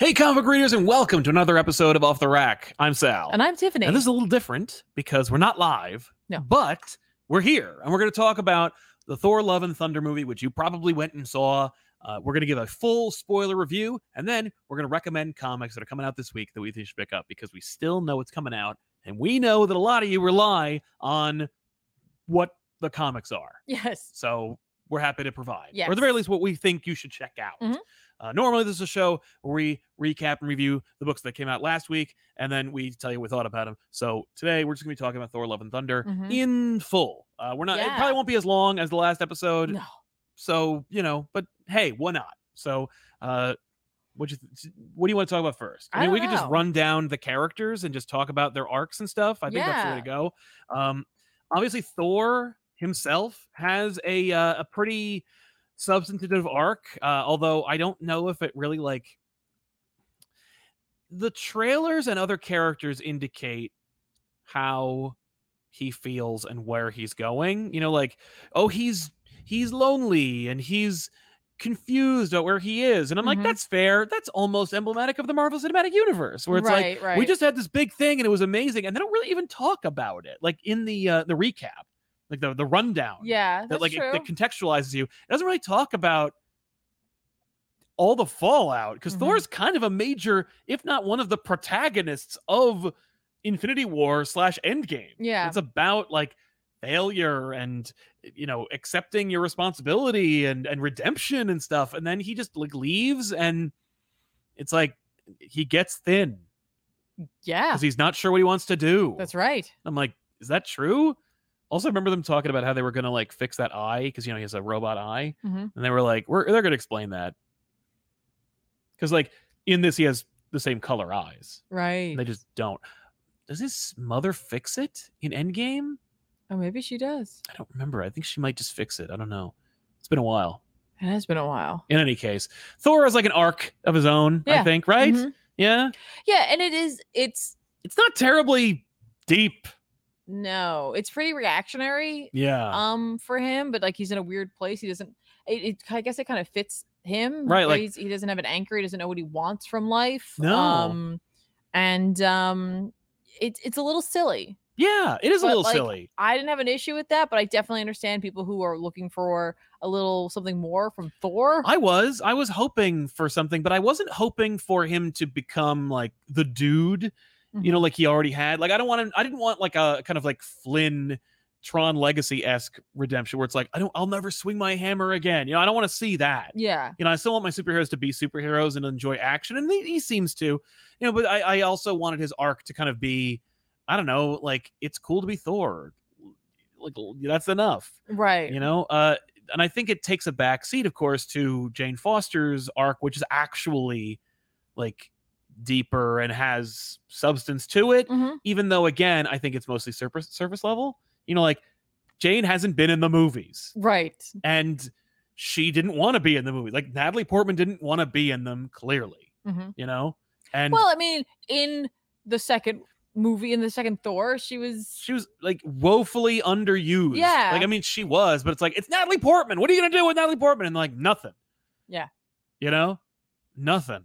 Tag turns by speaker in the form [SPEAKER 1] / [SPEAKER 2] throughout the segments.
[SPEAKER 1] Hey, comic book readers, and welcome to another episode of Off the Rack. I'm Sal.
[SPEAKER 2] And I'm Tiffany.
[SPEAKER 1] And this is a little different because we're not live,
[SPEAKER 2] No.
[SPEAKER 1] but we're here and we're going to talk about the Thor Love and Thunder movie, which you probably went and saw. Uh, we're going to give a full spoiler review and then we're going to recommend comics that are coming out this week that we think you should pick up because we still know it's coming out. And we know that a lot of you rely on what the comics are.
[SPEAKER 2] yes.
[SPEAKER 1] So we're happy to provide, or at the very
[SPEAKER 2] Yes.
[SPEAKER 1] least, what we think you should check out.
[SPEAKER 2] Mhm.
[SPEAKER 1] Uh, normally, this is a show where we recap and review the books that came out last week, and then we tell you what we thought about them. So today, we're just going to be talking about Thor: Love and Thunder
[SPEAKER 2] Mhm.
[SPEAKER 1] in full. Uh, we're not; it
[SPEAKER 2] Yeah.
[SPEAKER 1] probably won't be as long as the last episode.
[SPEAKER 2] No.
[SPEAKER 1] So you know, but hey, why not? So, uh, what you th- what do you want to talk about first? I,
[SPEAKER 2] I
[SPEAKER 1] mean, we
[SPEAKER 2] don't
[SPEAKER 1] could just
[SPEAKER 2] know.
[SPEAKER 1] run down the characters and just talk about their arcs and stuff. I think that's the way to go. Um, obviously, Thor himself has a uh, a pretty substantive arc, uh, although I don't know if it really like the trailers and other characters indicate how he feels and where he's going. You know, like, oh, he's he's lonely and he's confused about where he is. And I'm like,
[SPEAKER 2] Mhm.
[SPEAKER 1] that's fair. That's almost emblematic of the Marvel Cinematic Universe, where it's like
[SPEAKER 2] right, right.
[SPEAKER 1] we just had this big thing and it was amazing, and they don't really even talk about it. Like in the uh, the recap, like the the rundown
[SPEAKER 2] Yeah.
[SPEAKER 1] that
[SPEAKER 2] That's
[SPEAKER 1] like it,
[SPEAKER 2] true.
[SPEAKER 1] that contextualizes you. It doesn't really talk about all the fallout because
[SPEAKER 2] Mhm.
[SPEAKER 1] Thor's kind of a major, if not one of the protagonists of Infinity War slash Endgame.
[SPEAKER 2] Yeah.
[SPEAKER 1] it's about like failure and you know accepting your responsibility and and redemption and stuff. And then he just like leaves, and it's like he gets thin
[SPEAKER 2] yeah.
[SPEAKER 1] because he's not sure what he wants to do.
[SPEAKER 2] That's right.
[SPEAKER 1] I'm like, is that true? Also, I remember them talking about how they were gonna like fix that eye because you know he has a robot eye,
[SPEAKER 2] Mhm.
[SPEAKER 1] and they were like, we're they're gonna explain that because like in this he has the same color eyes.
[SPEAKER 2] Right.
[SPEAKER 1] and They just don't. Does his mother fix it in Endgame?
[SPEAKER 2] oh, maybe she does.
[SPEAKER 1] I don't remember. I think she might just fix it. I don't know. It's been a while.
[SPEAKER 2] It has been a while.
[SPEAKER 1] In any case, Thor has like an arc of his own. I
[SPEAKER 2] Yeah.
[SPEAKER 1] think, right?
[SPEAKER 2] Mhm.
[SPEAKER 1] Yeah,
[SPEAKER 2] Yeah, and it is. It's
[SPEAKER 1] it's not terribly deep.
[SPEAKER 2] no. It's pretty reactionary.
[SPEAKER 1] Yeah.
[SPEAKER 2] Um, for him, but like he's in a weird place. He doesn't. It. it I guess it kind of fits him.
[SPEAKER 1] Right,
[SPEAKER 2] but
[SPEAKER 1] like-
[SPEAKER 2] he's, he doesn't have an anchor. He doesn't know what he wants from life.
[SPEAKER 1] No.
[SPEAKER 2] Um, and um, it's it's a little silly.
[SPEAKER 1] yeah, it is a
[SPEAKER 2] but,
[SPEAKER 1] little
[SPEAKER 2] like,
[SPEAKER 1] silly.
[SPEAKER 2] I didn't have an issue with that, but I definitely understand people who are looking for a little something more from Thor.
[SPEAKER 1] I was. I was hoping for something, but I wasn't hoping for him to become like the dude, you know, like he already had. Like I don't want him. I didn't want like a kind of like Flynn Tron Legacy esque redemption where it's like I don't. I'll never swing my hammer again. You know, I don't want to see that.
[SPEAKER 2] yeah.
[SPEAKER 1] You know, I still want my superheroes to be superheroes and enjoy action, and he, he seems to. You know, but I, I also wanted his arc to kind of be, I don't know, like it's cool to be Thor. Like that's enough
[SPEAKER 2] Right.
[SPEAKER 1] you know uh and i think it takes a back seat of course to jane foster's arc which is actually like deeper and has substance to it
[SPEAKER 2] Mhm.
[SPEAKER 1] even though again i think it's mostly surface surface level you know like jane hasn't been in the movies
[SPEAKER 2] Right.
[SPEAKER 1] and she didn't want to be in the movie like natalie portman didn't want to be in them clearly
[SPEAKER 2] Mhm.
[SPEAKER 1] you know and
[SPEAKER 2] Well, I mean, in the second movie, in the second Thor, she was
[SPEAKER 1] she was like woefully underused.
[SPEAKER 2] Yeah.
[SPEAKER 1] Like, I mean, she was, but it's like, it's Natalie Portman. What are you going to do with Natalie Portman? And like, nothing.
[SPEAKER 2] Yeah.
[SPEAKER 1] You know, nothing.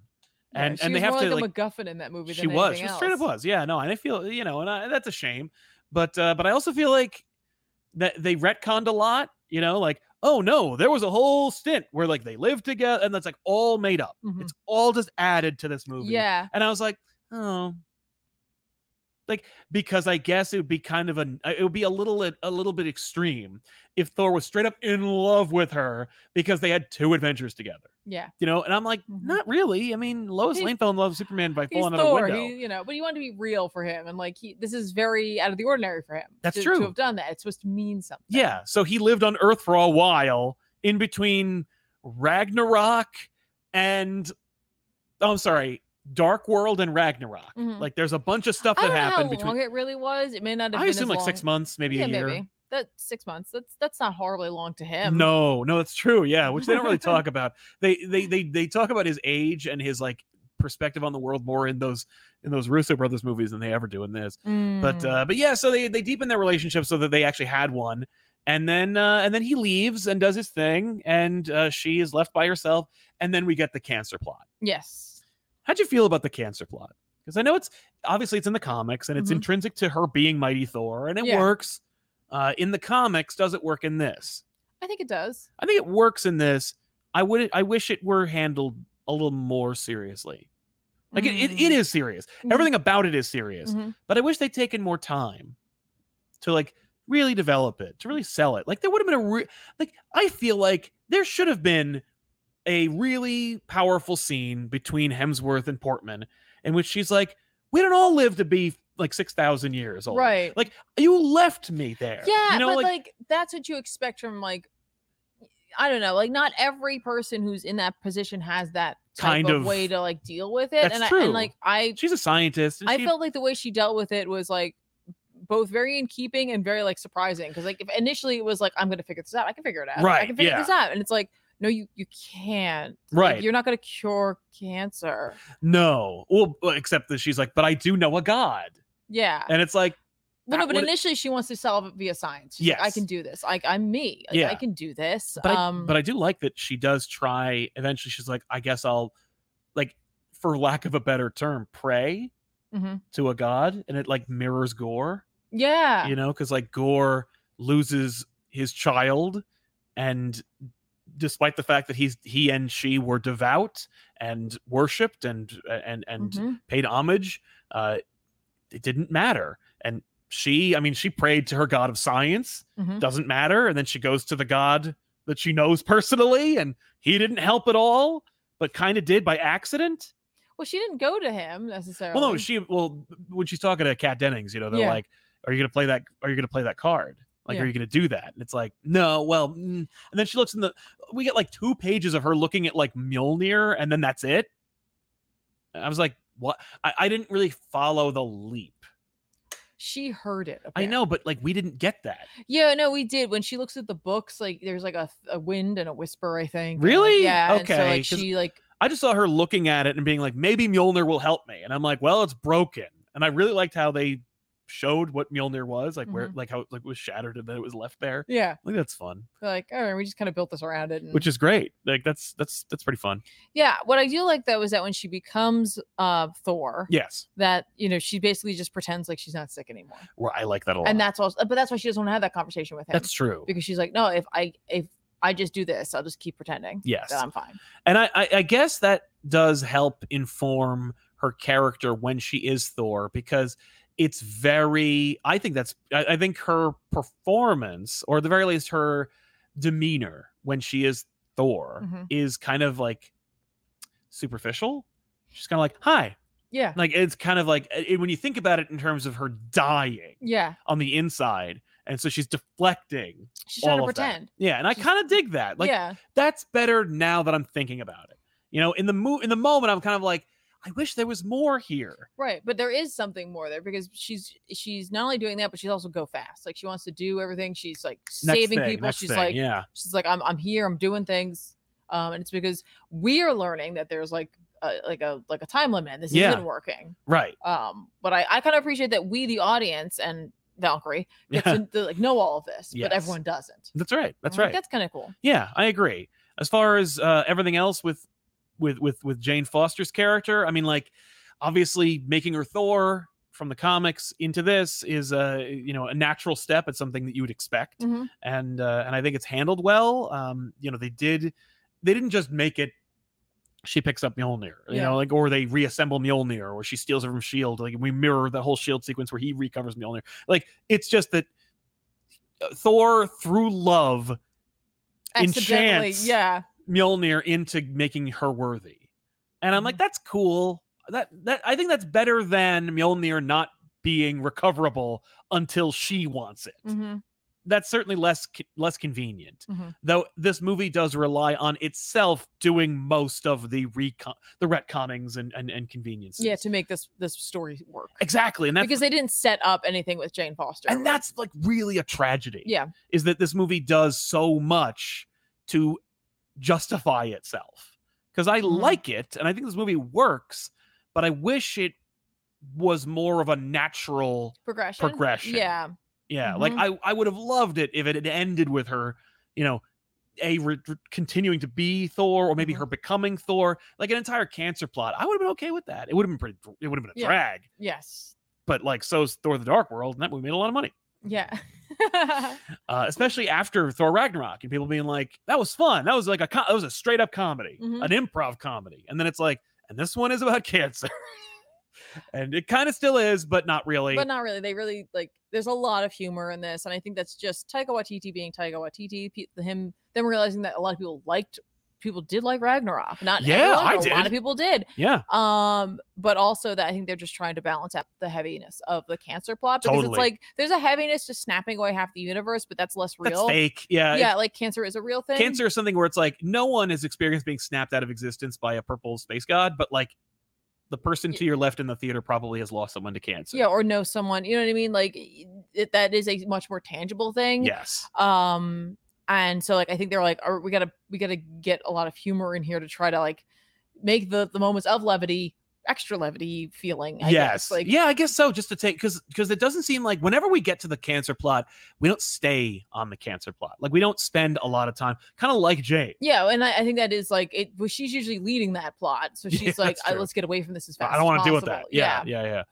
[SPEAKER 2] yeah,
[SPEAKER 1] And-
[SPEAKER 2] she
[SPEAKER 1] and they
[SPEAKER 2] was
[SPEAKER 1] have
[SPEAKER 2] more
[SPEAKER 1] to,
[SPEAKER 2] like a
[SPEAKER 1] like-
[SPEAKER 2] MacGuffin in that movie.
[SPEAKER 1] She
[SPEAKER 2] than
[SPEAKER 1] was.
[SPEAKER 2] anything
[SPEAKER 1] She straight up
[SPEAKER 2] else.
[SPEAKER 1] was. Yeah. No, and I feel, you know, and I, that's a shame. But, uh, but I also feel like that they retconned a lot, you know, like, oh no, there was a whole stint where like they lived together and that's like all made up.
[SPEAKER 2] Mhm.
[SPEAKER 1] It's all just added to this movie.
[SPEAKER 2] Yeah.
[SPEAKER 1] And I was like, oh. Like because I guess it would be kind of a it would be a little a little bit extreme if Thor was straight up in love with her because they had two adventures together,
[SPEAKER 2] Yeah.
[SPEAKER 1] you know. And I'm like,
[SPEAKER 2] Mhm.
[SPEAKER 1] not really. I mean, Lois
[SPEAKER 2] He's-
[SPEAKER 1] Lane fell in love with Superman by
[SPEAKER 2] He's
[SPEAKER 1] falling out of a
[SPEAKER 2] Thor,
[SPEAKER 1] window.
[SPEAKER 2] he, you know, but you want to be real for him, and like he, this is very out of the ordinary for him.
[SPEAKER 1] That's
[SPEAKER 2] to,
[SPEAKER 1] true.
[SPEAKER 2] To have done that, it's supposed to mean something.
[SPEAKER 1] Yeah, so he lived on Earth for a while in between Ragnarok and oh, I'm sorry, Dark World and Ragnarok.
[SPEAKER 2] Mhm.
[SPEAKER 1] Like, there's a bunch of stuff
[SPEAKER 2] I
[SPEAKER 1] that
[SPEAKER 2] don't know how
[SPEAKER 1] happened
[SPEAKER 2] long
[SPEAKER 1] between.
[SPEAKER 2] it really was. It may not have
[SPEAKER 1] I
[SPEAKER 2] been
[SPEAKER 1] assume
[SPEAKER 2] as
[SPEAKER 1] like
[SPEAKER 2] long.
[SPEAKER 1] six months, maybe
[SPEAKER 2] yeah,
[SPEAKER 1] a year.
[SPEAKER 2] maybe that six months. That's that's not horribly long to him.
[SPEAKER 1] No, no, that's true. Yeah, which they don't really talk about. They they they they talk about his age and his like perspective on the world more in those in those Russo brothers movies than they ever do in this. But
[SPEAKER 2] Mm.
[SPEAKER 1] uh but yeah, so they they deepen their relationship so that they actually had one. And then uh and then he leaves and does his thing and uh she is left by herself and then we get the cancer plot.
[SPEAKER 2] yes,
[SPEAKER 1] How'd you feel about the cancer plot? Because I know it's obviously it's in the comics and it's
[SPEAKER 2] Mhm.
[SPEAKER 1] intrinsic to her being Mighty Thor, and it
[SPEAKER 2] Yeah.
[SPEAKER 1] works uh, in the comics. Does it work in this?
[SPEAKER 2] I think it does.
[SPEAKER 1] I think it works in this. I would. I wish it were handled a little more seriously. Like it, it, it is serious.
[SPEAKER 2] Mhm.
[SPEAKER 1] Everything about it is serious.
[SPEAKER 2] Mhm.
[SPEAKER 1] But I wish they'd taken more time to like really develop it, to really sell it. Like there would have been a re- like I feel like there should have been a really powerful scene between Hemsworth and Portman in which she's like, "We don't all live to be like six thousand years old,
[SPEAKER 2] Right.
[SPEAKER 1] Like you left me there.
[SPEAKER 2] Yeah,
[SPEAKER 1] you know,
[SPEAKER 2] but
[SPEAKER 1] like,
[SPEAKER 2] like, that's what you expect from like I don't know, like not every person who's in that position has that type
[SPEAKER 1] Kind of-
[SPEAKER 2] way to like deal with it.
[SPEAKER 1] That's
[SPEAKER 2] and I
[SPEAKER 1] true.
[SPEAKER 2] and like I
[SPEAKER 1] she's a scientist. and
[SPEAKER 2] I
[SPEAKER 1] she-
[SPEAKER 2] felt like the way she dealt with it was like both very in keeping and very like surprising because like if initially it was like I'm gonna figure this out, I can figure it out, I
[SPEAKER 1] Right,
[SPEAKER 2] can figure
[SPEAKER 1] yeah.
[SPEAKER 2] this out, and it's like no, you you can't, Like,
[SPEAKER 1] right.
[SPEAKER 2] you're not gonna cure cancer,
[SPEAKER 1] No, well, except that she's like, but I do know a god,
[SPEAKER 2] yeah.
[SPEAKER 1] and it's like,
[SPEAKER 2] Well, no,
[SPEAKER 1] that
[SPEAKER 2] but
[SPEAKER 1] would-
[SPEAKER 2] initially she wants to solve it via science. She's like, I
[SPEAKER 1] Yes.
[SPEAKER 2] can do this. Like I'm me. Like, I
[SPEAKER 1] Yeah.
[SPEAKER 2] can do this.
[SPEAKER 1] but
[SPEAKER 2] um,
[SPEAKER 1] I, but I do like that she does try. Eventually, she's like, I guess I'll, like, for lack of a better term, pray
[SPEAKER 2] mhm.
[SPEAKER 1] to a god, and it like mirrors Gore,
[SPEAKER 2] yeah,
[SPEAKER 1] you know, because like Gore loses his child, and despite the fact that he's he and she were devout and worshipped and and and
[SPEAKER 2] Mhm.
[SPEAKER 1] paid homage, uh, it didn't matter, and she, I mean, she prayed to her god of science
[SPEAKER 2] Mhm.
[SPEAKER 1] doesn't matter. And then she goes to the god that she knows personally, and he didn't help at all, but kind of did by accident.
[SPEAKER 2] Well, she didn't go to him necessarily.
[SPEAKER 1] Well, no, she well when she's talking to Kat Dennings, you know, they're
[SPEAKER 2] Yeah.
[SPEAKER 1] like, "Are you gonna play that? Are you gonna play that card? Like,
[SPEAKER 2] Yeah.
[SPEAKER 1] are you gonna do that?" And it's like, "No, well." mm." And then she looks in the. We get like two pages of her looking at like Mjolnir, and then that's it. And I was like, "What?" I, I didn't really follow the leap.
[SPEAKER 2] she heard it.
[SPEAKER 1] I know, but like we didn't get that.
[SPEAKER 2] apparently. Yeah, no, we did. When she looks at the books, like there's like a, th- a wind and a whisper. I think. and, like,
[SPEAKER 1] Really?
[SPEAKER 2] yeah. and so
[SPEAKER 1] Okay,
[SPEAKER 2] like
[SPEAKER 1] 'cause-
[SPEAKER 2] she like
[SPEAKER 1] I just saw her looking at it and being like, maybe Mjolnir will help me. And I'm like, well, it's broken. And I really liked how they showed what Mjolnir was, like
[SPEAKER 2] Mm-hmm.
[SPEAKER 1] where, like how it like was shattered and then it was left there.
[SPEAKER 2] yeah.
[SPEAKER 1] I think that's fun,
[SPEAKER 2] Like all right, we just kind of built this around it. And,
[SPEAKER 1] which is great. Like that's that's that's pretty fun.
[SPEAKER 2] yeah, what I do like though is that when she becomes uh Thor,
[SPEAKER 1] Yes,
[SPEAKER 2] that you know she basically just pretends like she's not sick anymore,
[SPEAKER 1] well, I like that a lot.
[SPEAKER 2] and that's also. But that's why she doesn't want to have that conversation with him.
[SPEAKER 1] that's true.
[SPEAKER 2] because she's like, no, if I if I just do this, I'll just keep pretending
[SPEAKER 1] Yes,
[SPEAKER 2] that I'm fine.
[SPEAKER 1] and I, I I guess that does help inform her character when she is Thor because it's very. I think that's. I, I think her performance, or at the very least, her demeanor when she is Thor,
[SPEAKER 2] Mhm.
[SPEAKER 1] is kind of like superficial. She's kind of like, "Hi,"
[SPEAKER 2] Yeah,
[SPEAKER 1] like it's kind of like eh, it, when you think about it in terms of her dying
[SPEAKER 2] yeah.
[SPEAKER 1] on the inside, and so she's deflecting.
[SPEAKER 2] She's trying to
[SPEAKER 1] All of that.
[SPEAKER 2] pretend.
[SPEAKER 1] Yeah, and I
[SPEAKER 2] She's-
[SPEAKER 1] kind of dig that. Like,
[SPEAKER 2] yeah,
[SPEAKER 1] that's better now that I'm thinking about it. You know, in the mo- in the moment, I'm kind of like, I wish there was more here.
[SPEAKER 2] right. But there is something more there because she's she's not only doing that, but she's also go fast. Like she wants to do everything. She's like
[SPEAKER 1] Next
[SPEAKER 2] saving
[SPEAKER 1] thing,
[SPEAKER 2] people.
[SPEAKER 1] next
[SPEAKER 2] She's
[SPEAKER 1] thing,
[SPEAKER 2] like
[SPEAKER 1] yeah,
[SPEAKER 2] she's like I'm I'm here. I'm doing things. Um, and it's because we are learning that there's like a, like a like a time limit. and This
[SPEAKER 1] Yeah.
[SPEAKER 2] isn't working.
[SPEAKER 1] right.
[SPEAKER 2] Um, but I I kind of appreciate that we the audience and Valkyrie get
[SPEAKER 1] Yeah,
[SPEAKER 2] to, to, like know all of this,
[SPEAKER 1] Yes.
[SPEAKER 2] but everyone doesn't.
[SPEAKER 1] that's right. That's
[SPEAKER 2] I'm like,
[SPEAKER 1] right.
[SPEAKER 2] That's kind of cool.
[SPEAKER 1] yeah, I agree. As far as uh, everything else with with with with Jane Foster's character, I mean, like obviously making her Thor from the comics into this is a you know a natural step. It's something that you would expect.
[SPEAKER 2] Mhm.
[SPEAKER 1] and uh, and I think it's handled well. Um, you know, they did they didn't just make it. She picks up Mjolnir, you
[SPEAKER 2] Yeah.
[SPEAKER 1] know, like or they reassemble Mjolnir, or she steals it from Shield. E Like we mirror the whole Shield E sequence where he recovers Mjolnir. Like it's just that uh, Thor through love in
[SPEAKER 2] Accidentally,
[SPEAKER 1] chance.
[SPEAKER 2] yeah.
[SPEAKER 1] Mjolnir into making her worthy, and I'm like, that's cool. That that I think that's better than Mjolnir not being recoverable until she wants it
[SPEAKER 2] hmm
[SPEAKER 1] that's certainly less co- less convenient.
[SPEAKER 2] Mhm.
[SPEAKER 1] Though this movie does rely on itself doing most of the recon the retconnings and and, and conveniences.
[SPEAKER 2] Yeah, to make this this story work.
[SPEAKER 1] exactly, and that's
[SPEAKER 2] because they didn't set up anything with Jane Foster.
[SPEAKER 1] and
[SPEAKER 2] like-
[SPEAKER 1] that's like really a tragedy.
[SPEAKER 2] yeah,
[SPEAKER 1] is that this movie does so much to justify itself because I
[SPEAKER 2] Mhm.
[SPEAKER 1] like it and I think this movie works, but I wish it was more of a natural
[SPEAKER 2] progression.
[SPEAKER 1] Progression.
[SPEAKER 2] Yeah. Mm-hmm.
[SPEAKER 1] Yeah, like I I would have loved it if it had ended with her, you know, a re- re- continuing to be Thor, or maybe
[SPEAKER 2] Mhm.
[SPEAKER 1] her becoming Thor, like an entire cancer plot. I would have been okay with that. It would have been pretty. It would have been a
[SPEAKER 2] Yeah.
[SPEAKER 1] drag.
[SPEAKER 2] Yes.
[SPEAKER 1] But like, so's Thor: The Dark World, and that movie made a lot of money,
[SPEAKER 2] Yeah.
[SPEAKER 1] uh, especially after Thor Ragnarok, and people being like, "That was fun. That was like a co- that was a straight up comedy,
[SPEAKER 2] Mhm.
[SPEAKER 1] an improv comedy." And then it's like, and this one is about cancer, and it kind of still is, but not really.
[SPEAKER 2] but not really. They really like. There's a lot of humor in this, and I think that's just Taika Waititi being Taika Waititi. pe- Him them realizing that a lot of people liked, people did like Ragnarok. Not
[SPEAKER 1] Yeah,
[SPEAKER 2] everyone,
[SPEAKER 1] I
[SPEAKER 2] but A lot
[SPEAKER 1] did.
[SPEAKER 2] of people did.
[SPEAKER 1] yeah,
[SPEAKER 2] Um, but also that I think they're just trying to balance out the heaviness of the cancer plot because
[SPEAKER 1] Totally.
[SPEAKER 2] it's like there's a heaviness to snapping away half the universe, but that's less
[SPEAKER 1] that's
[SPEAKER 2] real.
[SPEAKER 1] fake. Yeah, it's
[SPEAKER 2] yeah, like cancer is a real thing.
[SPEAKER 1] cancer is something where it's like no one has experienced being snapped out of existence by a purple space god, but like the person
[SPEAKER 2] Y-
[SPEAKER 1] to your left in the theater probably has lost someone to cancer.
[SPEAKER 2] Yeah, or know someone. You know what I mean? Like y- it, that is a much more tangible thing.
[SPEAKER 1] Yes.
[SPEAKER 2] um and so like i think they're like "All right, we gotta we gotta get a lot of humor in here to try to like make the the moments of levity extra levity feeling I
[SPEAKER 1] yes.
[SPEAKER 2] guess. like
[SPEAKER 1] yeah, I guess so. Just to take because because it doesn't seem like whenever we get to the cancer plot, we don't stay on the cancer plot. Like we don't spend a lot of time. Kind of like Jay.
[SPEAKER 2] yeah and I, I think that is like it well, she's usually leading that plot so
[SPEAKER 1] Yeah,
[SPEAKER 2] she's like
[SPEAKER 1] that's
[SPEAKER 2] I,
[SPEAKER 1] true.
[SPEAKER 2] let's get away from this as fast
[SPEAKER 1] I don't want
[SPEAKER 2] as
[SPEAKER 1] to deal with that.
[SPEAKER 2] possible."
[SPEAKER 1] Yeah, yeah, yeah.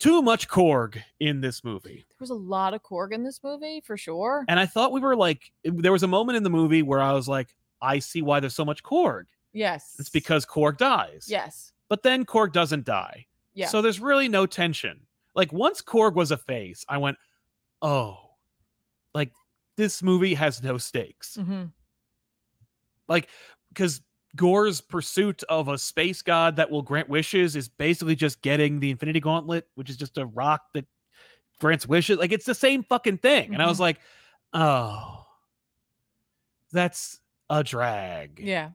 [SPEAKER 1] Too much Korg in this movie.
[SPEAKER 2] there was a lot of korg in this movie for sure
[SPEAKER 1] And I thought we were like, there was a moment in the movie where I was like, I see why there's so much Korg.
[SPEAKER 2] yes
[SPEAKER 1] It's because Korg dies.
[SPEAKER 2] yes
[SPEAKER 1] But then Korg doesn't die.
[SPEAKER 2] yeah
[SPEAKER 1] So there's really no tension. Like once Korg was a face, I went, oh, like this movie has no stakes.
[SPEAKER 2] Mhm.
[SPEAKER 1] Like, because Gore's pursuit of a space god that will grant wishes is basically just getting the Infinity Gauntlet, which is just a rock that grants wishes. Like it's the same fucking thing. And I
[SPEAKER 2] Mm-hmm.
[SPEAKER 1] was like, oh, that's a drag.
[SPEAKER 2] yeah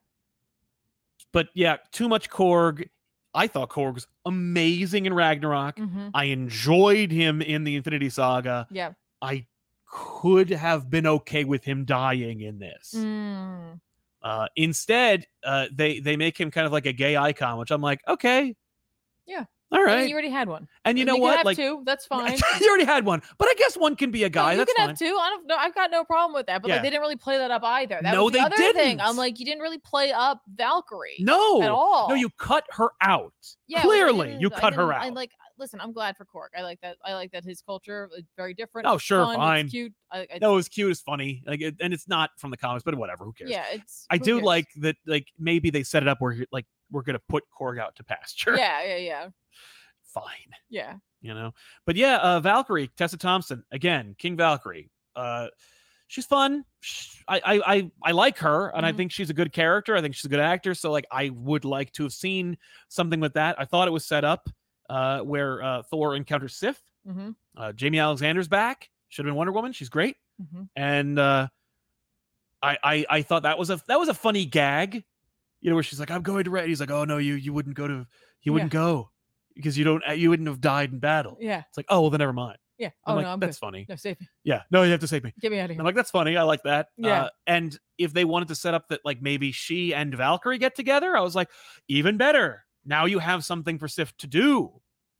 [SPEAKER 1] But yeah, too much Korg. I thought Korg was amazing in Ragnarok.
[SPEAKER 2] hmm
[SPEAKER 1] I enjoyed him in the Infinity Saga.
[SPEAKER 2] yeah
[SPEAKER 1] I could have been okay with him dying in this.
[SPEAKER 2] Mm.
[SPEAKER 1] Uh, instead, uh, they they make him kind of like a gay icon, which I'm like, okay,
[SPEAKER 2] Yeah.
[SPEAKER 1] all
[SPEAKER 2] I mean,
[SPEAKER 1] right.
[SPEAKER 2] you already had one
[SPEAKER 1] and you know
[SPEAKER 2] can
[SPEAKER 1] what?
[SPEAKER 2] have
[SPEAKER 1] Like,
[SPEAKER 2] two that's fine
[SPEAKER 1] you already had one, but I guess one can be a
[SPEAKER 2] No,
[SPEAKER 1] guy.
[SPEAKER 2] you
[SPEAKER 1] That's
[SPEAKER 2] can
[SPEAKER 1] fine.
[SPEAKER 2] have two. I don't know. I've got no problem with that. But
[SPEAKER 1] Yeah.
[SPEAKER 2] like, they didn't really play that up either. That
[SPEAKER 1] No,
[SPEAKER 2] was the
[SPEAKER 1] they
[SPEAKER 2] other thing.
[SPEAKER 1] didn't.
[SPEAKER 2] I'm like, you didn't really play up Valkyrie
[SPEAKER 1] no,
[SPEAKER 2] at all.
[SPEAKER 1] no, you cut her out.
[SPEAKER 2] Yeah, like, I
[SPEAKER 1] Clearly,
[SPEAKER 2] didn't-
[SPEAKER 1] you
[SPEAKER 2] I
[SPEAKER 1] cut her
[SPEAKER 2] didn't- I
[SPEAKER 1] out.
[SPEAKER 2] like. Listen, I'm glad for Cork. I like that. I like that his culture is very different.
[SPEAKER 1] Oh,
[SPEAKER 2] it's
[SPEAKER 1] sure,
[SPEAKER 2] fun,
[SPEAKER 1] fine.
[SPEAKER 2] It's cute. I, I,
[SPEAKER 1] no, it was cute, it's funny, like, it, and it's not from the comics, but whatever. Who cares?
[SPEAKER 2] yeah, it's.
[SPEAKER 1] I
[SPEAKER 2] who
[SPEAKER 1] do
[SPEAKER 2] cares?
[SPEAKER 1] like that. Like maybe they set it up where you're like we're gonna put Korg out to pasture.
[SPEAKER 2] Yeah, yeah, yeah,
[SPEAKER 1] fine.
[SPEAKER 2] yeah.
[SPEAKER 1] you know. But yeah, uh, Valkyrie, Tessa Thompson again, King Valkyrie. Uh, she's fun. Sh I, I I I like her, and I
[SPEAKER 2] Mhm.
[SPEAKER 1] think she's a good character. I think she's a good actor. So like, I would like to have seen something with that. I thought it was set up uh, where uh, Thor encounters Sif.
[SPEAKER 2] Mm-hmm,
[SPEAKER 1] Uh, Jamie Alexander's back. Should have been Wonder Woman. She's great,
[SPEAKER 2] mm-hmm.
[SPEAKER 1] and uh, I, I I thought that was a that was a funny gag. You know, where she's like, "I'm going to Red." He's like, "Oh no, you you wouldn't go to you
[SPEAKER 2] Yeah.
[SPEAKER 1] wouldn't go because you don't you wouldn't have died in battle."
[SPEAKER 2] Yeah,
[SPEAKER 1] It's like, oh, well, then never mind.
[SPEAKER 2] yeah.
[SPEAKER 1] I'm
[SPEAKER 2] oh
[SPEAKER 1] like,
[SPEAKER 2] no, I'm good.
[SPEAKER 1] that's funny.
[SPEAKER 2] No, save me.
[SPEAKER 1] Yeah, no, you have to save me.
[SPEAKER 2] Get me out of
[SPEAKER 1] And
[SPEAKER 2] here.
[SPEAKER 1] I'm like, that's funny. I like that.
[SPEAKER 2] Yeah.
[SPEAKER 1] Uh, and if they wanted to set up that like maybe she and Valkyrie get together, I was like, even better. Now you have something for Sif to do.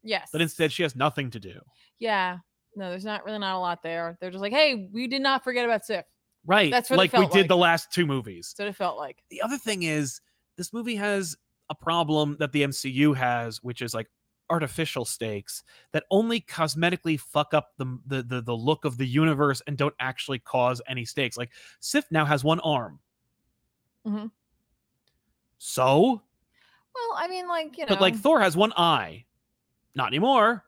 [SPEAKER 2] yes.
[SPEAKER 1] But instead, she has nothing to do.
[SPEAKER 2] yeah. No, there's not really not a lot there. They're just like, hey, we did not forget about Sif.
[SPEAKER 1] Right.
[SPEAKER 2] That's what it
[SPEAKER 1] like we
[SPEAKER 2] felt
[SPEAKER 1] did
[SPEAKER 2] like.
[SPEAKER 1] the last two movies.
[SPEAKER 2] That's what it felt like.
[SPEAKER 1] The other thing is, this movie has a problem that the MCU has, which is like artificial stakes that only cosmetically fuck up the the the, the look of the universe and don't actually cause any stakes. Like Sif now has one arm.
[SPEAKER 2] Mhm.
[SPEAKER 1] So,
[SPEAKER 2] Well, I mean, like you know,
[SPEAKER 1] but like Thor has one eye, not anymore.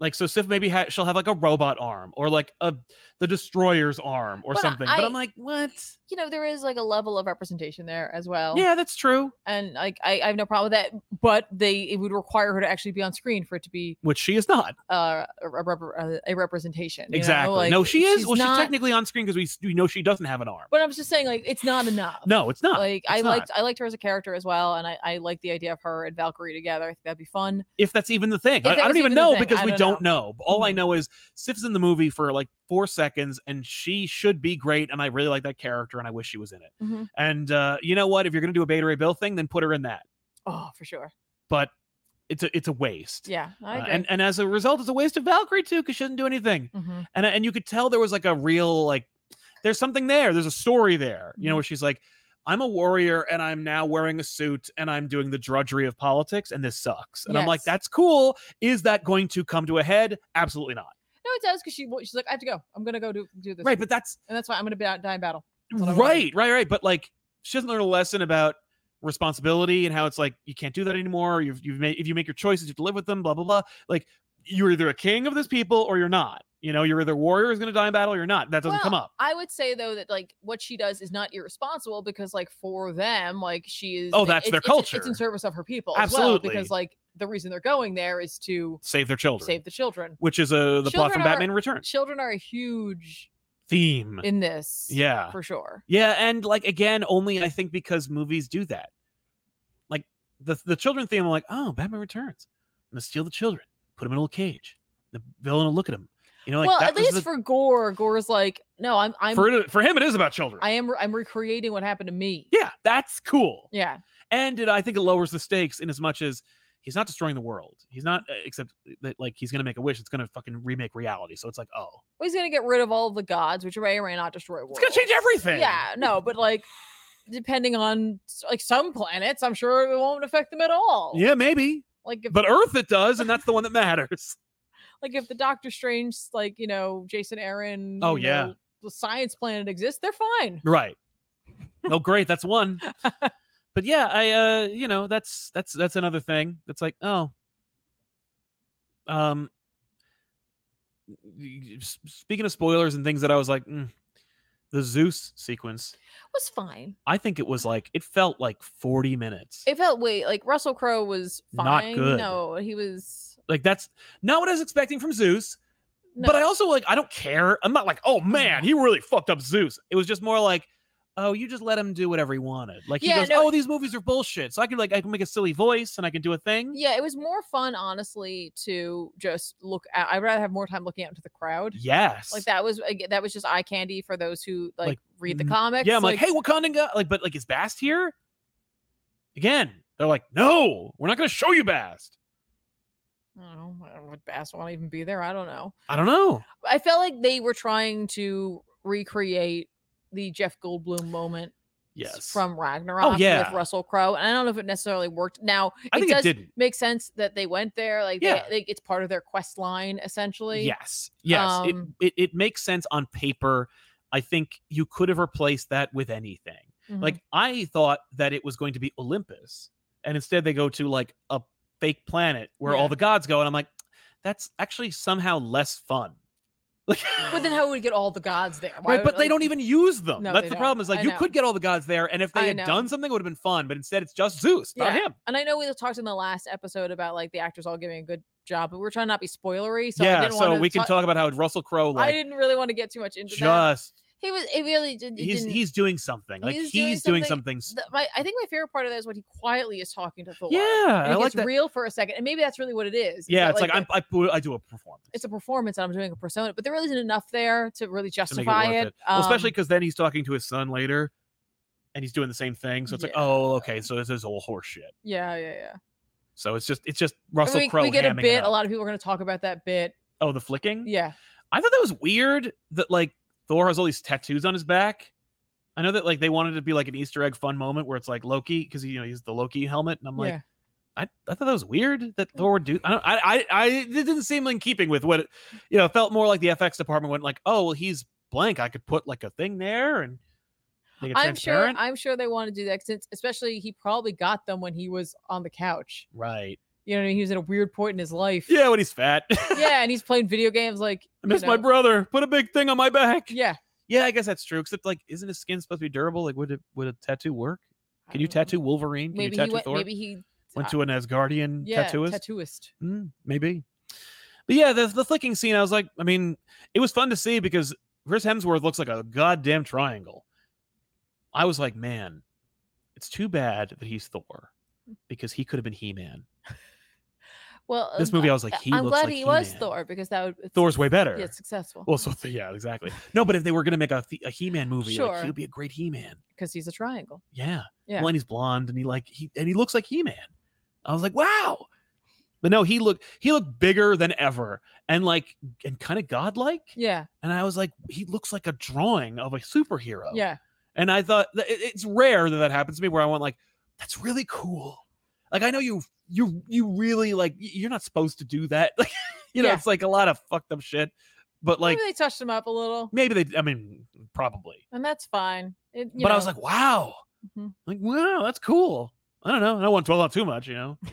[SPEAKER 1] Like so, Sif maybe ha- she'll have like a robot arm or like a the destroyer's arm or
[SPEAKER 2] But
[SPEAKER 1] something. but
[SPEAKER 2] I-
[SPEAKER 1] I'm like, what?
[SPEAKER 2] you know, there is like a level of representation there as well.
[SPEAKER 1] Yeah, that's true.
[SPEAKER 2] And like I, I have no problem with that, but they it would require her to actually be on screen for it to be
[SPEAKER 1] Which she is not.
[SPEAKER 2] uh, a, rep- uh, a representation. you know?
[SPEAKER 1] Exactly.
[SPEAKER 2] Like,
[SPEAKER 1] no, she is.
[SPEAKER 2] she's
[SPEAKER 1] Well,
[SPEAKER 2] not-
[SPEAKER 1] she's technically on screen because we, s- we know she doesn't have an arm.
[SPEAKER 2] But I'm just saying, like, it's not enough.
[SPEAKER 1] No, it's not.
[SPEAKER 2] Like I
[SPEAKER 1] it's
[SPEAKER 2] liked I liked her as a character as well, and I, I like the idea of her and Valkyrie together. I think that'd be fun.
[SPEAKER 1] if that's even the thing.
[SPEAKER 2] If
[SPEAKER 1] I, I
[SPEAKER 2] that
[SPEAKER 1] don't
[SPEAKER 2] was
[SPEAKER 1] even
[SPEAKER 2] even the
[SPEAKER 1] know
[SPEAKER 2] thing,
[SPEAKER 1] because
[SPEAKER 2] I
[SPEAKER 1] we
[SPEAKER 2] don't
[SPEAKER 1] don't know. All I
[SPEAKER 2] Mhm.
[SPEAKER 1] know is Sif's in the movie for like four seconds, and she should be great. And I really like that character, and I wish she was in it.
[SPEAKER 2] Mhm.
[SPEAKER 1] And uh, you know what? If you're gonna do a Beta Ray Bill thing, then put her in that.
[SPEAKER 2] Oh, for sure.
[SPEAKER 1] But it's a it's a waste.
[SPEAKER 2] Yeah,
[SPEAKER 1] Uh,
[SPEAKER 2] I agree.
[SPEAKER 1] and and as a result, it's a waste of Valkyrie too because she doesn't do anything.
[SPEAKER 2] Mhm.
[SPEAKER 1] And and you could tell there was like a real like there's something there. There's a story there,
[SPEAKER 2] Mm-hmm.
[SPEAKER 1] you know, where she's like, I'm a warrior and I'm now wearing a suit and I'm doing the drudgery of politics and this sucks. And I'm like,
[SPEAKER 2] Yes.
[SPEAKER 1] that's cool. Is that going to come to a head? Absolutely not.
[SPEAKER 2] No, it does because she she's like, I have to go. I'm gonna go do do this,
[SPEAKER 1] Right. But that's
[SPEAKER 2] and that's why I'm gonna be out, die in battle. That's what I wanted.
[SPEAKER 1] right, right, right. But like, she doesn't learn a lesson about responsibility and how it's like you can't do that anymore. You've you've made if you make your choices, you have to live with them. Blah blah blah. Like you're either a king of this people or you're not. You know, you're either a warrior is going to die in battle or you're not. That doesn't come
[SPEAKER 2] Well,
[SPEAKER 1] up.
[SPEAKER 2] I would say though that like what she does is not irresponsible because like for them, like she is.
[SPEAKER 1] Oh,
[SPEAKER 2] it-
[SPEAKER 1] that's their
[SPEAKER 2] it's- it's- It's
[SPEAKER 1] culture.
[SPEAKER 2] in service of her people. As well,
[SPEAKER 1] Absolutely.
[SPEAKER 2] because like the reason they're going there is to
[SPEAKER 1] Save their children,
[SPEAKER 2] save the children.
[SPEAKER 1] which is uh, the plot
[SPEAKER 2] Children
[SPEAKER 1] from
[SPEAKER 2] are-
[SPEAKER 1] Batman Returns
[SPEAKER 2] Children are a huge
[SPEAKER 1] theme.
[SPEAKER 2] in this.
[SPEAKER 1] Uh, yeah,
[SPEAKER 2] For sure.
[SPEAKER 1] yeah, and like again, only I think because movies do that. Like the the children theme, I'm like, oh, Batman Returns. I'm gonna steal the children, put them in a little cage. The villain will look at him. You know, like
[SPEAKER 2] well,
[SPEAKER 1] that
[SPEAKER 2] at
[SPEAKER 1] was
[SPEAKER 2] least
[SPEAKER 1] the-
[SPEAKER 2] for Gore, Gore's like, no, I'm I'm
[SPEAKER 1] for it, for him, it is about children.
[SPEAKER 2] I am I'm recreating what happened to me.
[SPEAKER 1] yeah, that's cool.
[SPEAKER 2] Yeah.
[SPEAKER 1] And it, I think it lowers the stakes in as much as he's not destroying the world. He's not, uh, except that like he's gonna make a wish. It's gonna fucking remake reality. So it's like, oh,
[SPEAKER 2] Well, he's gonna get rid of all the gods, which may or may not destroy worlds.
[SPEAKER 1] it's gonna change everything.
[SPEAKER 2] Yeah, no, but like depending on s- like some planets, I'm sure it won't affect them at all.
[SPEAKER 1] Yeah, maybe.
[SPEAKER 2] Like Oh. if
[SPEAKER 1] But Earth, it does, and that's the one that matters.
[SPEAKER 2] like if the Doctor Strange, like, you know, Jason Aaron,
[SPEAKER 1] Oh,
[SPEAKER 2] you
[SPEAKER 1] yeah.
[SPEAKER 2] know, the science planet exists, they're fine.
[SPEAKER 1] Right. Oh, great, that's one. But yeah, I uh, you know, that's that's that's another thing. That's like, oh, um, y- y- s- speaking of spoilers and things that I was like, mm, the Zeus sequence.
[SPEAKER 2] was fine.
[SPEAKER 1] I think it was like it felt like 40 minutes.
[SPEAKER 2] It felt wait, like Russell Crowe was
[SPEAKER 1] Not
[SPEAKER 2] fine.
[SPEAKER 1] good.
[SPEAKER 2] No, he was
[SPEAKER 1] like that's not what I was expecting from Zeus.
[SPEAKER 2] no. Mm-hmm.
[SPEAKER 1] But I also like I don't care. I'm not like, oh man, he really fucked up Zeus. It was just more like, oh, you just let him do whatever he wanted. Like he
[SPEAKER 2] Yeah,
[SPEAKER 1] goes,
[SPEAKER 2] no-
[SPEAKER 1] oh, these movies are bullshit. So I can like I can make a silly voice and I can do a thing.
[SPEAKER 2] yeah, it was more fun, honestly, to just look out. I'd rather have more time looking out into the crowd.
[SPEAKER 1] Yes.
[SPEAKER 2] Like that was ag- that was just eye candy for those who like,
[SPEAKER 1] Like,
[SPEAKER 2] read the
[SPEAKER 1] n-
[SPEAKER 2] comics.
[SPEAKER 1] Yeah, I'm like, hey, Wakandan guy. Like, but like is Bast here? Again, they're like, no, we're not gonna show you Bast.
[SPEAKER 2] I don't know, would Bass want to even be there? I don't know.
[SPEAKER 1] I don't know.
[SPEAKER 2] I felt like they were trying to recreate the Jeff Goldblum moment s-
[SPEAKER 1] Yes. Oh,
[SPEAKER 2] from Ragnarok
[SPEAKER 1] yeah.
[SPEAKER 2] with Russell Crowe, and I don't know if it necessarily worked. Now
[SPEAKER 1] I
[SPEAKER 2] it
[SPEAKER 1] think it
[SPEAKER 2] does
[SPEAKER 1] didn't.
[SPEAKER 2] make sense that they went there. Like,
[SPEAKER 1] Yeah.
[SPEAKER 2] they, like it's part of their quest line essentially.
[SPEAKER 1] Yes. Yes.
[SPEAKER 2] Um,
[SPEAKER 1] it, it it makes sense on paper. I think you could have replaced that with anything.
[SPEAKER 2] Mhm.
[SPEAKER 1] Like I thought that it was going to be Olympus, and instead they go to like a fake planet where
[SPEAKER 2] Yeah.
[SPEAKER 1] all the gods go, and I'm like, that's actually somehow less fun. Like,
[SPEAKER 2] Mm-hmm. but then how would we get all the gods there? Why
[SPEAKER 1] right,
[SPEAKER 2] would-
[SPEAKER 1] but they
[SPEAKER 2] like,
[SPEAKER 1] don't even use them.
[SPEAKER 2] No,
[SPEAKER 1] that's
[SPEAKER 2] they
[SPEAKER 1] the problem.
[SPEAKER 2] don't.
[SPEAKER 1] Is like
[SPEAKER 2] I
[SPEAKER 1] you
[SPEAKER 2] know.
[SPEAKER 1] could get all the gods there, and if they
[SPEAKER 2] I
[SPEAKER 1] had
[SPEAKER 2] know.
[SPEAKER 1] done something, it would have been fun. But instead, it's just Zeus, not
[SPEAKER 2] Yeah.
[SPEAKER 1] him.
[SPEAKER 2] And I know we talked in the last episode about like the actors all giving a good job, but we're trying to not be spoilery. So I
[SPEAKER 1] yeah,
[SPEAKER 2] didn't
[SPEAKER 1] so
[SPEAKER 2] want
[SPEAKER 1] we can talk about how Russell Crowe
[SPEAKER 2] I
[SPEAKER 1] like
[SPEAKER 2] didn't really want to get too much into that.
[SPEAKER 1] just
[SPEAKER 2] He was. It really did. it
[SPEAKER 1] he's
[SPEAKER 2] didn't,
[SPEAKER 1] he's doing something. Like
[SPEAKER 2] He's
[SPEAKER 1] he's,
[SPEAKER 2] doing
[SPEAKER 1] doing
[SPEAKER 2] something-
[SPEAKER 1] something.
[SPEAKER 2] the- my, I think my favorite part of that is when he quietly is talking to Thor.
[SPEAKER 1] yeah, I
[SPEAKER 2] and it
[SPEAKER 1] like
[SPEAKER 2] gets
[SPEAKER 1] that.
[SPEAKER 2] real for a second, and maybe that's really what it is. is
[SPEAKER 1] yeah,
[SPEAKER 2] that,
[SPEAKER 1] it's like,
[SPEAKER 2] the-
[SPEAKER 1] I'm, I pu- I do a performance.
[SPEAKER 2] it's a performance, and I'm doing a persona, but there really isn't enough there to really
[SPEAKER 1] to make it worth
[SPEAKER 2] justify
[SPEAKER 1] it. Well, especially
[SPEAKER 2] um,
[SPEAKER 1] because then he's talking to his son later, and he's doing the same thing. So it's like,
[SPEAKER 2] Yeah.
[SPEAKER 1] oh, okay, so this is all horseshit.
[SPEAKER 2] yeah, yeah, yeah. And
[SPEAKER 1] So it's just it's just Russell
[SPEAKER 2] we,
[SPEAKER 1] Crowe.
[SPEAKER 2] we get a
[SPEAKER 1] hamming it
[SPEAKER 2] bit. A
[SPEAKER 1] up.
[SPEAKER 2] lot of people are going to talk about that bit.
[SPEAKER 1] Oh, the flicking.
[SPEAKER 2] Yeah,
[SPEAKER 1] I thought that was weird that like Thor has all these tattoos on his back. I know that like they wanted it to be like an Easter egg fun moment where it's like Loki because you know he's the Loki helmet, and I'm like,
[SPEAKER 2] yeah.
[SPEAKER 1] I, I thought that was weird that Thor would do. I don't, I, I, I it didn't seem in keeping with what it, you know. It felt more like the FX department went like, oh well, he's blank. I could put like a thing there and make it
[SPEAKER 2] I'm sure.
[SPEAKER 1] transparent.
[SPEAKER 2] I'm sure they want to do that since, especially, he probably got them when he was on the couch.
[SPEAKER 1] right.
[SPEAKER 2] You know, what I mean? he was at a weird point in his life.
[SPEAKER 1] Yeah, when he's fat.
[SPEAKER 2] yeah, and he's playing video games. Like,
[SPEAKER 1] I
[SPEAKER 2] you
[SPEAKER 1] miss my
[SPEAKER 2] know,
[SPEAKER 1] brother. Put a big thing on my back.
[SPEAKER 2] Yeah.
[SPEAKER 1] Yeah, I guess that's true. Except like, isn't his skin supposed to be durable? Like, would it would a tattoo work?
[SPEAKER 2] I
[SPEAKER 1] Can you
[SPEAKER 2] don't know.
[SPEAKER 1] tattoo Wolverine? Can
[SPEAKER 2] Maybe
[SPEAKER 1] you
[SPEAKER 2] he
[SPEAKER 1] tattoo
[SPEAKER 2] went.
[SPEAKER 1] Thor?
[SPEAKER 2] Maybe he
[SPEAKER 1] Went
[SPEAKER 2] uh,
[SPEAKER 1] to an Asgardian
[SPEAKER 2] yeah,
[SPEAKER 1] tattooist.
[SPEAKER 2] tattooist.
[SPEAKER 1] Mm, maybe. But yeah, the, the flicking scene, I was like, I mean, it was fun to see because Chris Hemsworth looks like a goddamn triangle. I was like, man, it's too bad that he's Thor because he could have been He Man.
[SPEAKER 2] Well,
[SPEAKER 1] This
[SPEAKER 2] I'm
[SPEAKER 1] movie,
[SPEAKER 2] gl-
[SPEAKER 1] I was like, he
[SPEAKER 2] Um, I'm
[SPEAKER 1] looks
[SPEAKER 2] glad
[SPEAKER 1] like
[SPEAKER 2] he was
[SPEAKER 1] He-Man.
[SPEAKER 2] Thor because that would it's-
[SPEAKER 1] Thor's way better.
[SPEAKER 2] Yeah, it's successful
[SPEAKER 1] Well, so yeah, exactly. No, but if they were gonna make a th- a He Man movie, like,
[SPEAKER 2] Sure.
[SPEAKER 1] he would be a great He Man.
[SPEAKER 2] because he's a triangle.
[SPEAKER 1] Yeah.
[SPEAKER 2] Yeah.
[SPEAKER 1] Well, and he's blonde, and he like he and he looks like He Man. I was like, wow, But no, he looked he looked bigger than ever and like and kind of godlike.
[SPEAKER 2] Yeah.
[SPEAKER 1] And I was like, he looks like a drawing of a superhero.
[SPEAKER 2] Yeah.
[SPEAKER 1] And I thought that it- it's rare that that happens to me where I went like, that's really cool. Like I know you you you really like y- you're not supposed to do that. Like you know,
[SPEAKER 2] Yeah.
[SPEAKER 1] it's like a lot of fucked up shit. But like
[SPEAKER 2] Maybe they touched him up a little,
[SPEAKER 1] maybe they I mean probably.
[SPEAKER 2] and that's fine. It, you
[SPEAKER 1] But I was
[SPEAKER 2] know,
[SPEAKER 1] like, wow.
[SPEAKER 2] mhm.
[SPEAKER 1] Like, wow, that's cool. I don't know. I don't want to dwell on too much, you know. I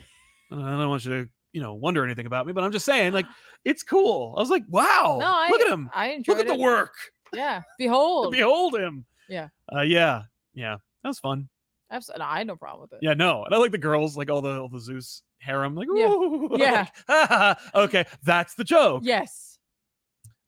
[SPEAKER 1] don't- I don't want you to, you know, wonder anything about me, but I'm just saying, like, it's cool. I was like, wow,
[SPEAKER 2] no, I,
[SPEAKER 1] look at him.
[SPEAKER 2] I enjoyed
[SPEAKER 1] Look at the
[SPEAKER 2] it.
[SPEAKER 1] work.
[SPEAKER 2] Yeah. Behold.
[SPEAKER 1] Behold him.
[SPEAKER 2] Yeah.
[SPEAKER 1] Uh, yeah. Yeah. That was fun.
[SPEAKER 2] Absolutely. I had no problem with it.
[SPEAKER 1] Yeah, no. And I like the girls, like all the all the Zeus harem, like,
[SPEAKER 2] Yeah.
[SPEAKER 1] ooh.
[SPEAKER 2] Yeah.
[SPEAKER 1] like, okay, that's the joke.
[SPEAKER 2] Yes.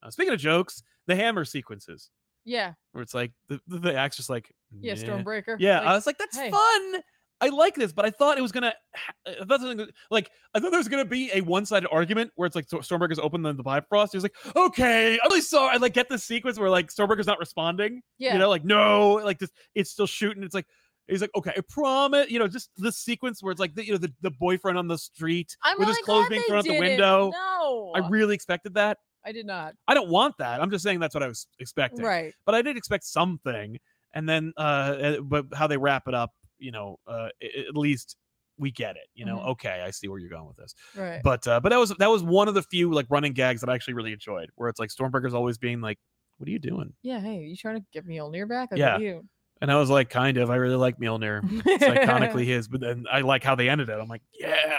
[SPEAKER 1] Uh, speaking of jokes, the hammer sequences,
[SPEAKER 2] Yeah.
[SPEAKER 1] where it's like the, the, the axe just like
[SPEAKER 2] Yeah.
[SPEAKER 1] "Meh."
[SPEAKER 2] Stormbreaker.
[SPEAKER 1] Yeah, I
[SPEAKER 2] Like,
[SPEAKER 1] was like, that's
[SPEAKER 2] hey.
[SPEAKER 1] fun. I like this, but I thought it was gonna. ha- I thought something was- like I thought there was gonna be a one-sided argument where it's like Stor- Stormbreaker's open the, the Bifrost. He was like, "Okay, I'm really sorry." I like get the sequence where like Stormbreaker's not responding.
[SPEAKER 2] yeah.
[SPEAKER 1] You know, like no, like this, it's still shooting. It's like he's like, "Okay, I promise." You know, just the sequence where it's like the, you know the, the boyfriend on the street
[SPEAKER 2] I'm
[SPEAKER 1] with
[SPEAKER 2] really
[SPEAKER 1] his clothes
[SPEAKER 2] glad
[SPEAKER 1] being
[SPEAKER 2] they
[SPEAKER 1] thrown out the
[SPEAKER 2] did it.
[SPEAKER 1] window.
[SPEAKER 2] No.
[SPEAKER 1] I really expected that.
[SPEAKER 2] I did not.
[SPEAKER 1] I don't want that. I'm just saying that's what I was expecting
[SPEAKER 2] Right.
[SPEAKER 1] but I did expect something. And then, uh, uh, but how they wrap it up, you know, uh, a- a- at least we get it. You know,
[SPEAKER 2] Mhm.
[SPEAKER 1] okay, I see where you're going with this.
[SPEAKER 2] Right.
[SPEAKER 1] But uh, but that was that was one of the few like running gags that I actually really enjoyed, where it's like Stormbreaker's always being like, "What are you doing?"
[SPEAKER 2] yeah. Hey, you trying to get me on back? Look
[SPEAKER 1] Yeah.
[SPEAKER 2] at You.
[SPEAKER 1] And I was like, "Kind of. I really like Mjolnir. It's iconically his." But then I like how they ended it. I'm like, "Yeah."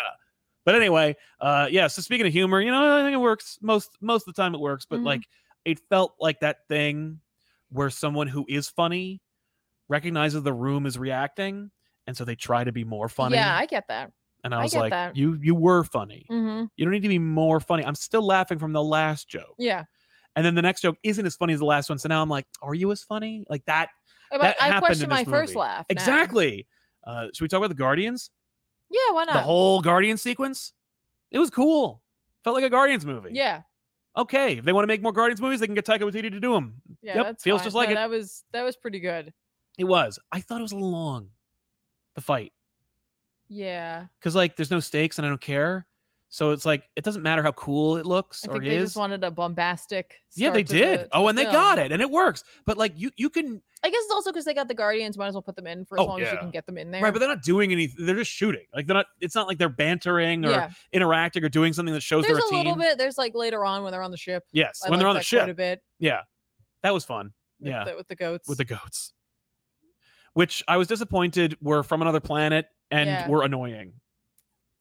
[SPEAKER 1] But anyway, uh, yeah. So speaking of humor, you know, I think it works most most of the time. It works, but
[SPEAKER 2] Mhm.
[SPEAKER 1] like it felt like that thing where someone who is funny recognizes the room is reacting, and so they try to be more funny.
[SPEAKER 2] Yeah, I get that.
[SPEAKER 1] and I
[SPEAKER 2] I
[SPEAKER 1] was
[SPEAKER 2] get
[SPEAKER 1] like,
[SPEAKER 2] that.
[SPEAKER 1] "You you were funny.
[SPEAKER 2] hmm
[SPEAKER 1] You don't need to be more funny." I'm still laughing from the last joke,
[SPEAKER 2] Yeah.
[SPEAKER 1] and then the next joke isn't as funny as the last one. So now I'm like, "Are you as funny?" Like that
[SPEAKER 2] But
[SPEAKER 1] That happened
[SPEAKER 2] I
[SPEAKER 1] in
[SPEAKER 2] question my
[SPEAKER 1] this
[SPEAKER 2] first
[SPEAKER 1] movie.
[SPEAKER 2] laugh. now.
[SPEAKER 1] exactly. Uh, should we talk about the Guardians?
[SPEAKER 2] Yeah. Why not?
[SPEAKER 1] the whole Guardian sequence. It was cool. Felt like a Guardians movie.
[SPEAKER 2] Yeah.
[SPEAKER 1] Okay. If they want to make more Guardians movies, they can get Taika Waititi to do them.
[SPEAKER 2] Yeah.
[SPEAKER 1] Yep,
[SPEAKER 2] That's
[SPEAKER 1] feels
[SPEAKER 2] fine.
[SPEAKER 1] just like
[SPEAKER 2] No,
[SPEAKER 1] it.
[SPEAKER 2] That was that was pretty good.
[SPEAKER 1] It was. I thought it was a little long. The fight,
[SPEAKER 2] Yeah.
[SPEAKER 1] because like there's no stakes and I don't care. So it's like it doesn't matter how cool it looks
[SPEAKER 2] I
[SPEAKER 1] or
[SPEAKER 2] think
[SPEAKER 1] it
[SPEAKER 2] they
[SPEAKER 1] is.
[SPEAKER 2] just wanted a bombastic.
[SPEAKER 1] yeah, they
[SPEAKER 2] start to the-
[SPEAKER 1] did.
[SPEAKER 2] to
[SPEAKER 1] oh,
[SPEAKER 2] the
[SPEAKER 1] and they
[SPEAKER 2] film.
[SPEAKER 1] got it, and it works. But like you, you can
[SPEAKER 2] I guess it's also because they got the Guardians. Might as well put them in for as
[SPEAKER 1] Oh,
[SPEAKER 2] long as you
[SPEAKER 1] yeah.
[SPEAKER 2] can get them in there.
[SPEAKER 1] right, but they're not doing anything. They're just shooting. Like they're not. It's not like they're bantering or
[SPEAKER 2] yeah,
[SPEAKER 1] interacting or doing something that shows
[SPEAKER 2] there's
[SPEAKER 1] they're
[SPEAKER 2] a
[SPEAKER 1] a, team.
[SPEAKER 2] little bit. There's like later on when they're on the ship.
[SPEAKER 1] Yes,
[SPEAKER 2] I
[SPEAKER 1] when they're on
[SPEAKER 2] liked
[SPEAKER 1] the
[SPEAKER 2] that quite
[SPEAKER 1] ship.
[SPEAKER 2] a bit.
[SPEAKER 1] Yeah, that was fun.
[SPEAKER 2] with
[SPEAKER 1] Yeah.
[SPEAKER 2] the- with the goats.
[SPEAKER 1] with the goats, which I was disappointed were from another planet and
[SPEAKER 2] Yeah.
[SPEAKER 1] were annoying.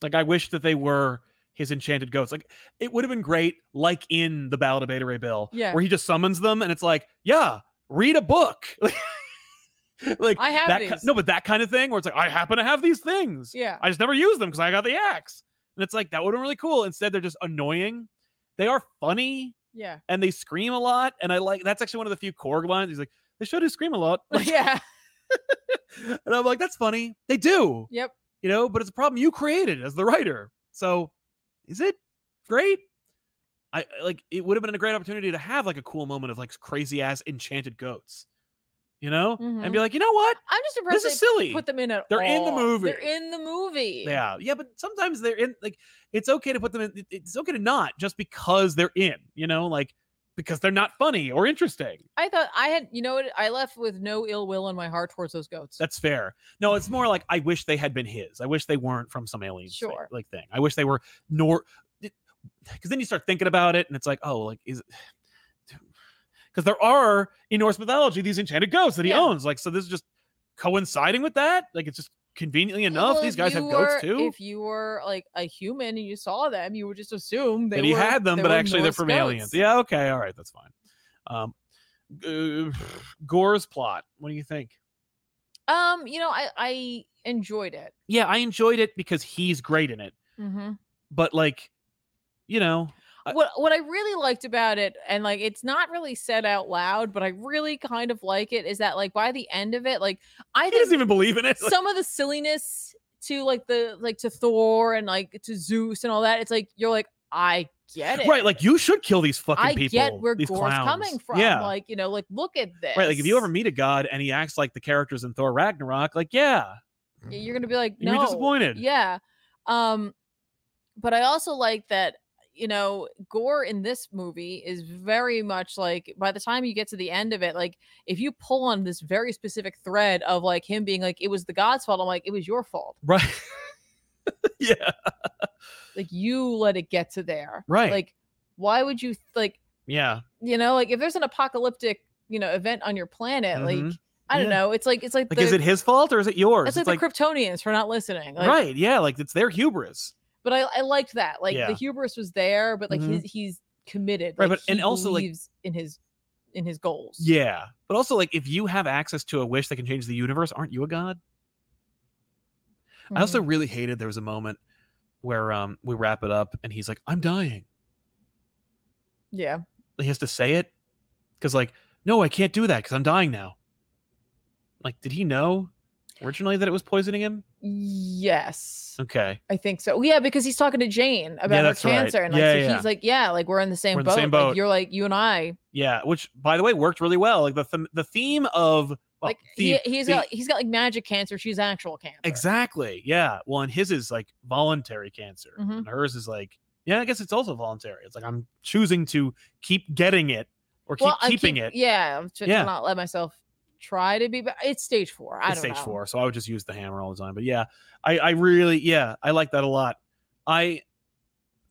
[SPEAKER 1] Like I wish that they were his enchanted goats. Like it would have been great, like in the Ballad of Beta Ray Bill,
[SPEAKER 2] Yeah.
[SPEAKER 1] where he just summons them and it's like, yeah, read a book. like
[SPEAKER 2] I have
[SPEAKER 1] that ki-
[SPEAKER 2] these.
[SPEAKER 1] no, but that kind of thing where it's like, I happen to have these things.
[SPEAKER 2] yeah,
[SPEAKER 1] I just never use them because I got the axe. And it's like that would have been really cool. Instead, they're just annoying. They are funny
[SPEAKER 2] yeah,
[SPEAKER 1] and they scream a lot. And I like that's actually one of the few Korg lines. He's like, they sure do scream a lot. Like,
[SPEAKER 2] yeah.
[SPEAKER 1] and I'm like, that's funny. They do,
[SPEAKER 2] Yep.
[SPEAKER 1] you know, but it's a problem you created as the writer. So is it great? I I- like it would have been a great opportunity to have like a cool moment of like crazy ass enchanted goats, you know, and be like, you know what?
[SPEAKER 2] I'm just impressed.
[SPEAKER 1] This is
[SPEAKER 2] they
[SPEAKER 1] silly.
[SPEAKER 2] Mm-hmm. Put them in at
[SPEAKER 1] They're in the
[SPEAKER 2] all.
[SPEAKER 1] movie.
[SPEAKER 2] They're in the movie.
[SPEAKER 1] Yeah, yeah, but sometimes they're in. Like, it's okay to put them in. it- It's okay to not just because they're in. You know, like because they're not funny or interesting.
[SPEAKER 2] I thought I had. You know what? I left with no ill will in my heart towards those goats.
[SPEAKER 1] That's fair. No, it's more like I wish they had been his. I wish they weren't from some alien thing-
[SPEAKER 2] Sure.
[SPEAKER 1] like thing. I wish they were nor because then you start thinking about it and it's like, oh, like is because there are in Norse mythology these enchanted goats that he
[SPEAKER 2] Yeah.
[SPEAKER 1] owns. Like, so this is just coinciding with that. Like, it's just conveniently enough.
[SPEAKER 2] Well,
[SPEAKER 1] these
[SPEAKER 2] if
[SPEAKER 1] guys have
[SPEAKER 2] you
[SPEAKER 1] goats
[SPEAKER 2] were-
[SPEAKER 1] too.
[SPEAKER 2] If you were like a human and you saw them, you would just assume they
[SPEAKER 1] that he
[SPEAKER 2] were-
[SPEAKER 1] had them,
[SPEAKER 2] they
[SPEAKER 1] but
[SPEAKER 2] were
[SPEAKER 1] actually they're
[SPEAKER 2] Norse
[SPEAKER 1] from
[SPEAKER 2] goats.
[SPEAKER 1] aliens. Yeah, okay, all right, that's fine. Um, uh, Gore's plot. What do you think?
[SPEAKER 2] Um, you know, I I enjoyed it.
[SPEAKER 1] Yeah, I enjoyed it because he's great in it,
[SPEAKER 2] Mm-hmm.
[SPEAKER 1] but like, you know, I-
[SPEAKER 2] what what I really liked about it, and like it's not really said out loud, but I really kind of like it, is that like by the end of it, like I
[SPEAKER 1] he doesn't
[SPEAKER 2] think
[SPEAKER 1] even believe in it. Like,
[SPEAKER 2] some of the silliness to like the like to Thor and like to Zeus and all that, it's like you're like I get it,
[SPEAKER 1] right, like you should kill these fucking
[SPEAKER 2] I
[SPEAKER 1] people.
[SPEAKER 2] get where
[SPEAKER 1] these
[SPEAKER 2] Gore's
[SPEAKER 1] clowns.
[SPEAKER 2] coming from.
[SPEAKER 1] Yeah,
[SPEAKER 2] Like you know, like look at this.
[SPEAKER 1] right. Like if you ever meet a god and he acts like the characters in Thor Ragnarok, like yeah,
[SPEAKER 2] y- you're gonna be like,
[SPEAKER 1] You're
[SPEAKER 2] no,
[SPEAKER 1] gonna be disappointed.
[SPEAKER 2] Yeah. Um, but I also like that you know gore in this movie is very much like by the time you get to the end of it like if you pull on this very specific thread of like him being like it was the god's fault i'm like it was your fault
[SPEAKER 1] Right. yeah.
[SPEAKER 2] like you let it get to there
[SPEAKER 1] Right.
[SPEAKER 2] like why would you like
[SPEAKER 1] yeah.
[SPEAKER 2] you know like if there's an apocalyptic you know event on your planet
[SPEAKER 1] Mhm.
[SPEAKER 2] like i don't
[SPEAKER 1] Yeah.
[SPEAKER 2] know it's like it's like,
[SPEAKER 1] Like,
[SPEAKER 2] the,
[SPEAKER 1] is it his fault or is it yours?
[SPEAKER 2] it's like, the kryptonians for not listening like,
[SPEAKER 1] right. Yeah. Like it's their hubris.
[SPEAKER 2] but i, I liked that like
[SPEAKER 1] Yeah.
[SPEAKER 2] the hubris was there but like
[SPEAKER 1] Mhm.
[SPEAKER 2] he's he's committed
[SPEAKER 1] Right,
[SPEAKER 2] like,
[SPEAKER 1] but- and
[SPEAKER 2] he
[SPEAKER 1] also, like-
[SPEAKER 2] believes in his in his goals
[SPEAKER 1] Yeah. But also, like, if you have access to a wish that can change the universe, aren't you a god? I also
[SPEAKER 2] Mhm.
[SPEAKER 1] really hated there was a moment where um we wrap it up and he's like, I'm dying.
[SPEAKER 2] Mm-hmm. yeah
[SPEAKER 1] He has to say it. Cause like, no, I can't do that because I'm dying now. Like, did he know originally that it was poisoning him?
[SPEAKER 2] yes
[SPEAKER 1] Okay.
[SPEAKER 2] I think so. Yeah, because he's talking to Jane about her
[SPEAKER 1] Uh, that's right.
[SPEAKER 2] cancer, and like
[SPEAKER 1] Yeah,
[SPEAKER 2] so
[SPEAKER 1] yeah, yeah.
[SPEAKER 2] he's like, yeah, like we're in the same,
[SPEAKER 1] We're in
[SPEAKER 2] boat.
[SPEAKER 1] the same boat.
[SPEAKER 2] Like, you're like you and I.
[SPEAKER 1] Yeah. Which by the way worked really well. Like the th- the theme of well,
[SPEAKER 2] like
[SPEAKER 1] theme-
[SPEAKER 2] he, he's
[SPEAKER 1] the-
[SPEAKER 2] got he's got like magic cancer. She's actual cancer.
[SPEAKER 1] Exactly. Yeah. Well, and his is like voluntary cancer,
[SPEAKER 2] Mhm.
[SPEAKER 1] and hers is like, yeah, I guess it's also voluntary. It's like I'm choosing to keep getting it or keep
[SPEAKER 2] I
[SPEAKER 1] keeping
[SPEAKER 2] keep-
[SPEAKER 1] it.
[SPEAKER 2] Yeah, I'm trying
[SPEAKER 1] Yeah.
[SPEAKER 2] to not let myself try to be. But it's stage four. I
[SPEAKER 1] it's
[SPEAKER 2] don't
[SPEAKER 1] stage
[SPEAKER 2] know.
[SPEAKER 1] four, so I would just use the hammer all the time. But yeah, I, I really, yeah, I like that a lot. I,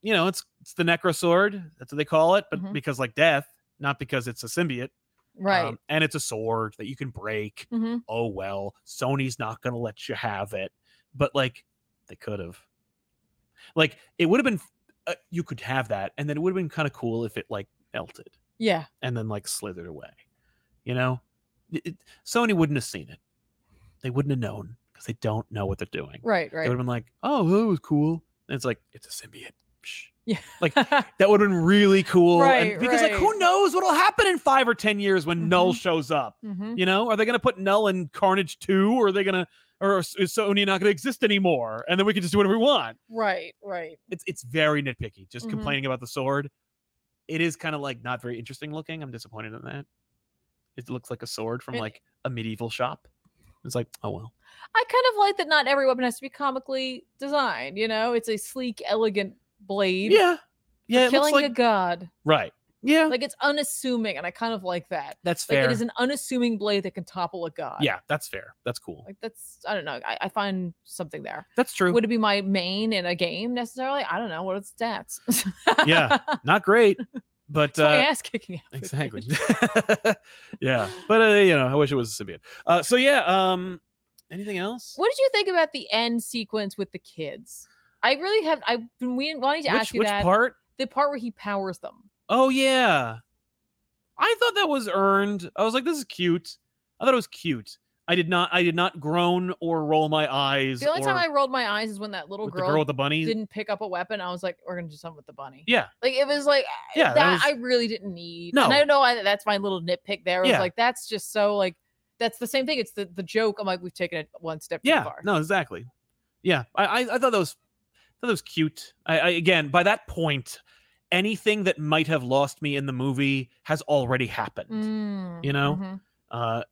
[SPEAKER 1] you know, it's it's the necro sword. That's what they call it, but
[SPEAKER 2] Mhm.
[SPEAKER 1] because like death, not because it's a symbiote,
[SPEAKER 2] right?
[SPEAKER 1] um, and it's a sword that you can break.
[SPEAKER 2] Mhm.
[SPEAKER 1] oh well, Sony's not gonna let you have it. But like, they could have. Like, it would have been. Uh, you could have that, and then it would have been kind of cool if it like melted
[SPEAKER 2] Yeah,
[SPEAKER 1] and then like slithered away. You know, It- it- Sony wouldn't have seen it. They wouldn't have known because they don't know what they're doing.
[SPEAKER 2] right,
[SPEAKER 1] They
[SPEAKER 2] right.
[SPEAKER 1] would have been like, "Oh, that was cool." And it's like, "It's a symbiote." Psh.
[SPEAKER 2] Yeah.
[SPEAKER 1] like, That would have been really cool. and-
[SPEAKER 2] Right,
[SPEAKER 1] because like, who
[SPEAKER 2] right.
[SPEAKER 1] knows what'll happen in five or ten years when Null
[SPEAKER 2] Mhm.
[SPEAKER 1] shows up?
[SPEAKER 2] hmm
[SPEAKER 1] You know, are they going to put Null in Carnage 2 or are they going to or is is Sony not going to exist anymore and then we can just do whatever we want?
[SPEAKER 2] Right, right.
[SPEAKER 1] It's it's very nitpicky just
[SPEAKER 2] Mhm.
[SPEAKER 1] complaining about the sword. It is kind of like not very interesting looking. I'm disappointed in that. It looks like a sword from
[SPEAKER 2] It-
[SPEAKER 1] like a medieval shop. It's like, oh well.
[SPEAKER 2] I kind of like that. Not every weapon has to be comically designed. You know, it's a sleek, elegant blade.
[SPEAKER 1] Yeah. Yeah, it looks
[SPEAKER 2] killing
[SPEAKER 1] like
[SPEAKER 2] a god.
[SPEAKER 1] right. Yeah.
[SPEAKER 2] Like it's unassuming, and I kind of like that.
[SPEAKER 1] that's
[SPEAKER 2] Like
[SPEAKER 1] fair.
[SPEAKER 2] it is an unassuming blade that can topple a god.
[SPEAKER 1] yeah, that's fair. That's cool.
[SPEAKER 2] Like that's I don't know. I, I find something there.
[SPEAKER 1] that's true.
[SPEAKER 2] Would it be my main in a game necessarily? I don't know. What are the stats?
[SPEAKER 1] Yeah, not great, but
[SPEAKER 2] It's my
[SPEAKER 1] uh
[SPEAKER 2] ass kicking out.
[SPEAKER 1] exactly yeah but uh, you know i wish it was a symbiote uh so yeah um anything else
[SPEAKER 2] What did you think about the end sequence with the kids? I really have I've been we- wanting to
[SPEAKER 1] which,
[SPEAKER 2] ask you
[SPEAKER 1] which
[SPEAKER 2] that.
[SPEAKER 1] part
[SPEAKER 2] The part where he powers them.
[SPEAKER 1] oh yeah i thought that was earned i was like this is cute i thought it was cute i did not i did not groan or roll my eyes
[SPEAKER 2] The only
[SPEAKER 1] or
[SPEAKER 2] time I rolled my eyes is when that little
[SPEAKER 1] with the girl
[SPEAKER 2] girl,
[SPEAKER 1] with the bunny
[SPEAKER 2] didn't pick up a weapon. I was like, we're gonna do something with the bunny.
[SPEAKER 1] yeah
[SPEAKER 2] Like it was like
[SPEAKER 1] Yeah,
[SPEAKER 2] yeah,
[SPEAKER 1] that
[SPEAKER 2] that,
[SPEAKER 1] was-
[SPEAKER 2] I really didn't need.
[SPEAKER 1] No.
[SPEAKER 2] and I know I, that's my little nitpick there. It
[SPEAKER 1] Yeah.
[SPEAKER 2] was like that's just so like that's the same thing. It's the the joke. I'm like we've taken it one step too
[SPEAKER 1] yeah
[SPEAKER 2] far.
[SPEAKER 1] no exactly yeah i i, I thought that was I thought that was cute I, I again by that point anything that might have lost me in the movie has already happened
[SPEAKER 2] Mm,
[SPEAKER 1] you know?
[SPEAKER 2] mhm.
[SPEAKER 1] uh,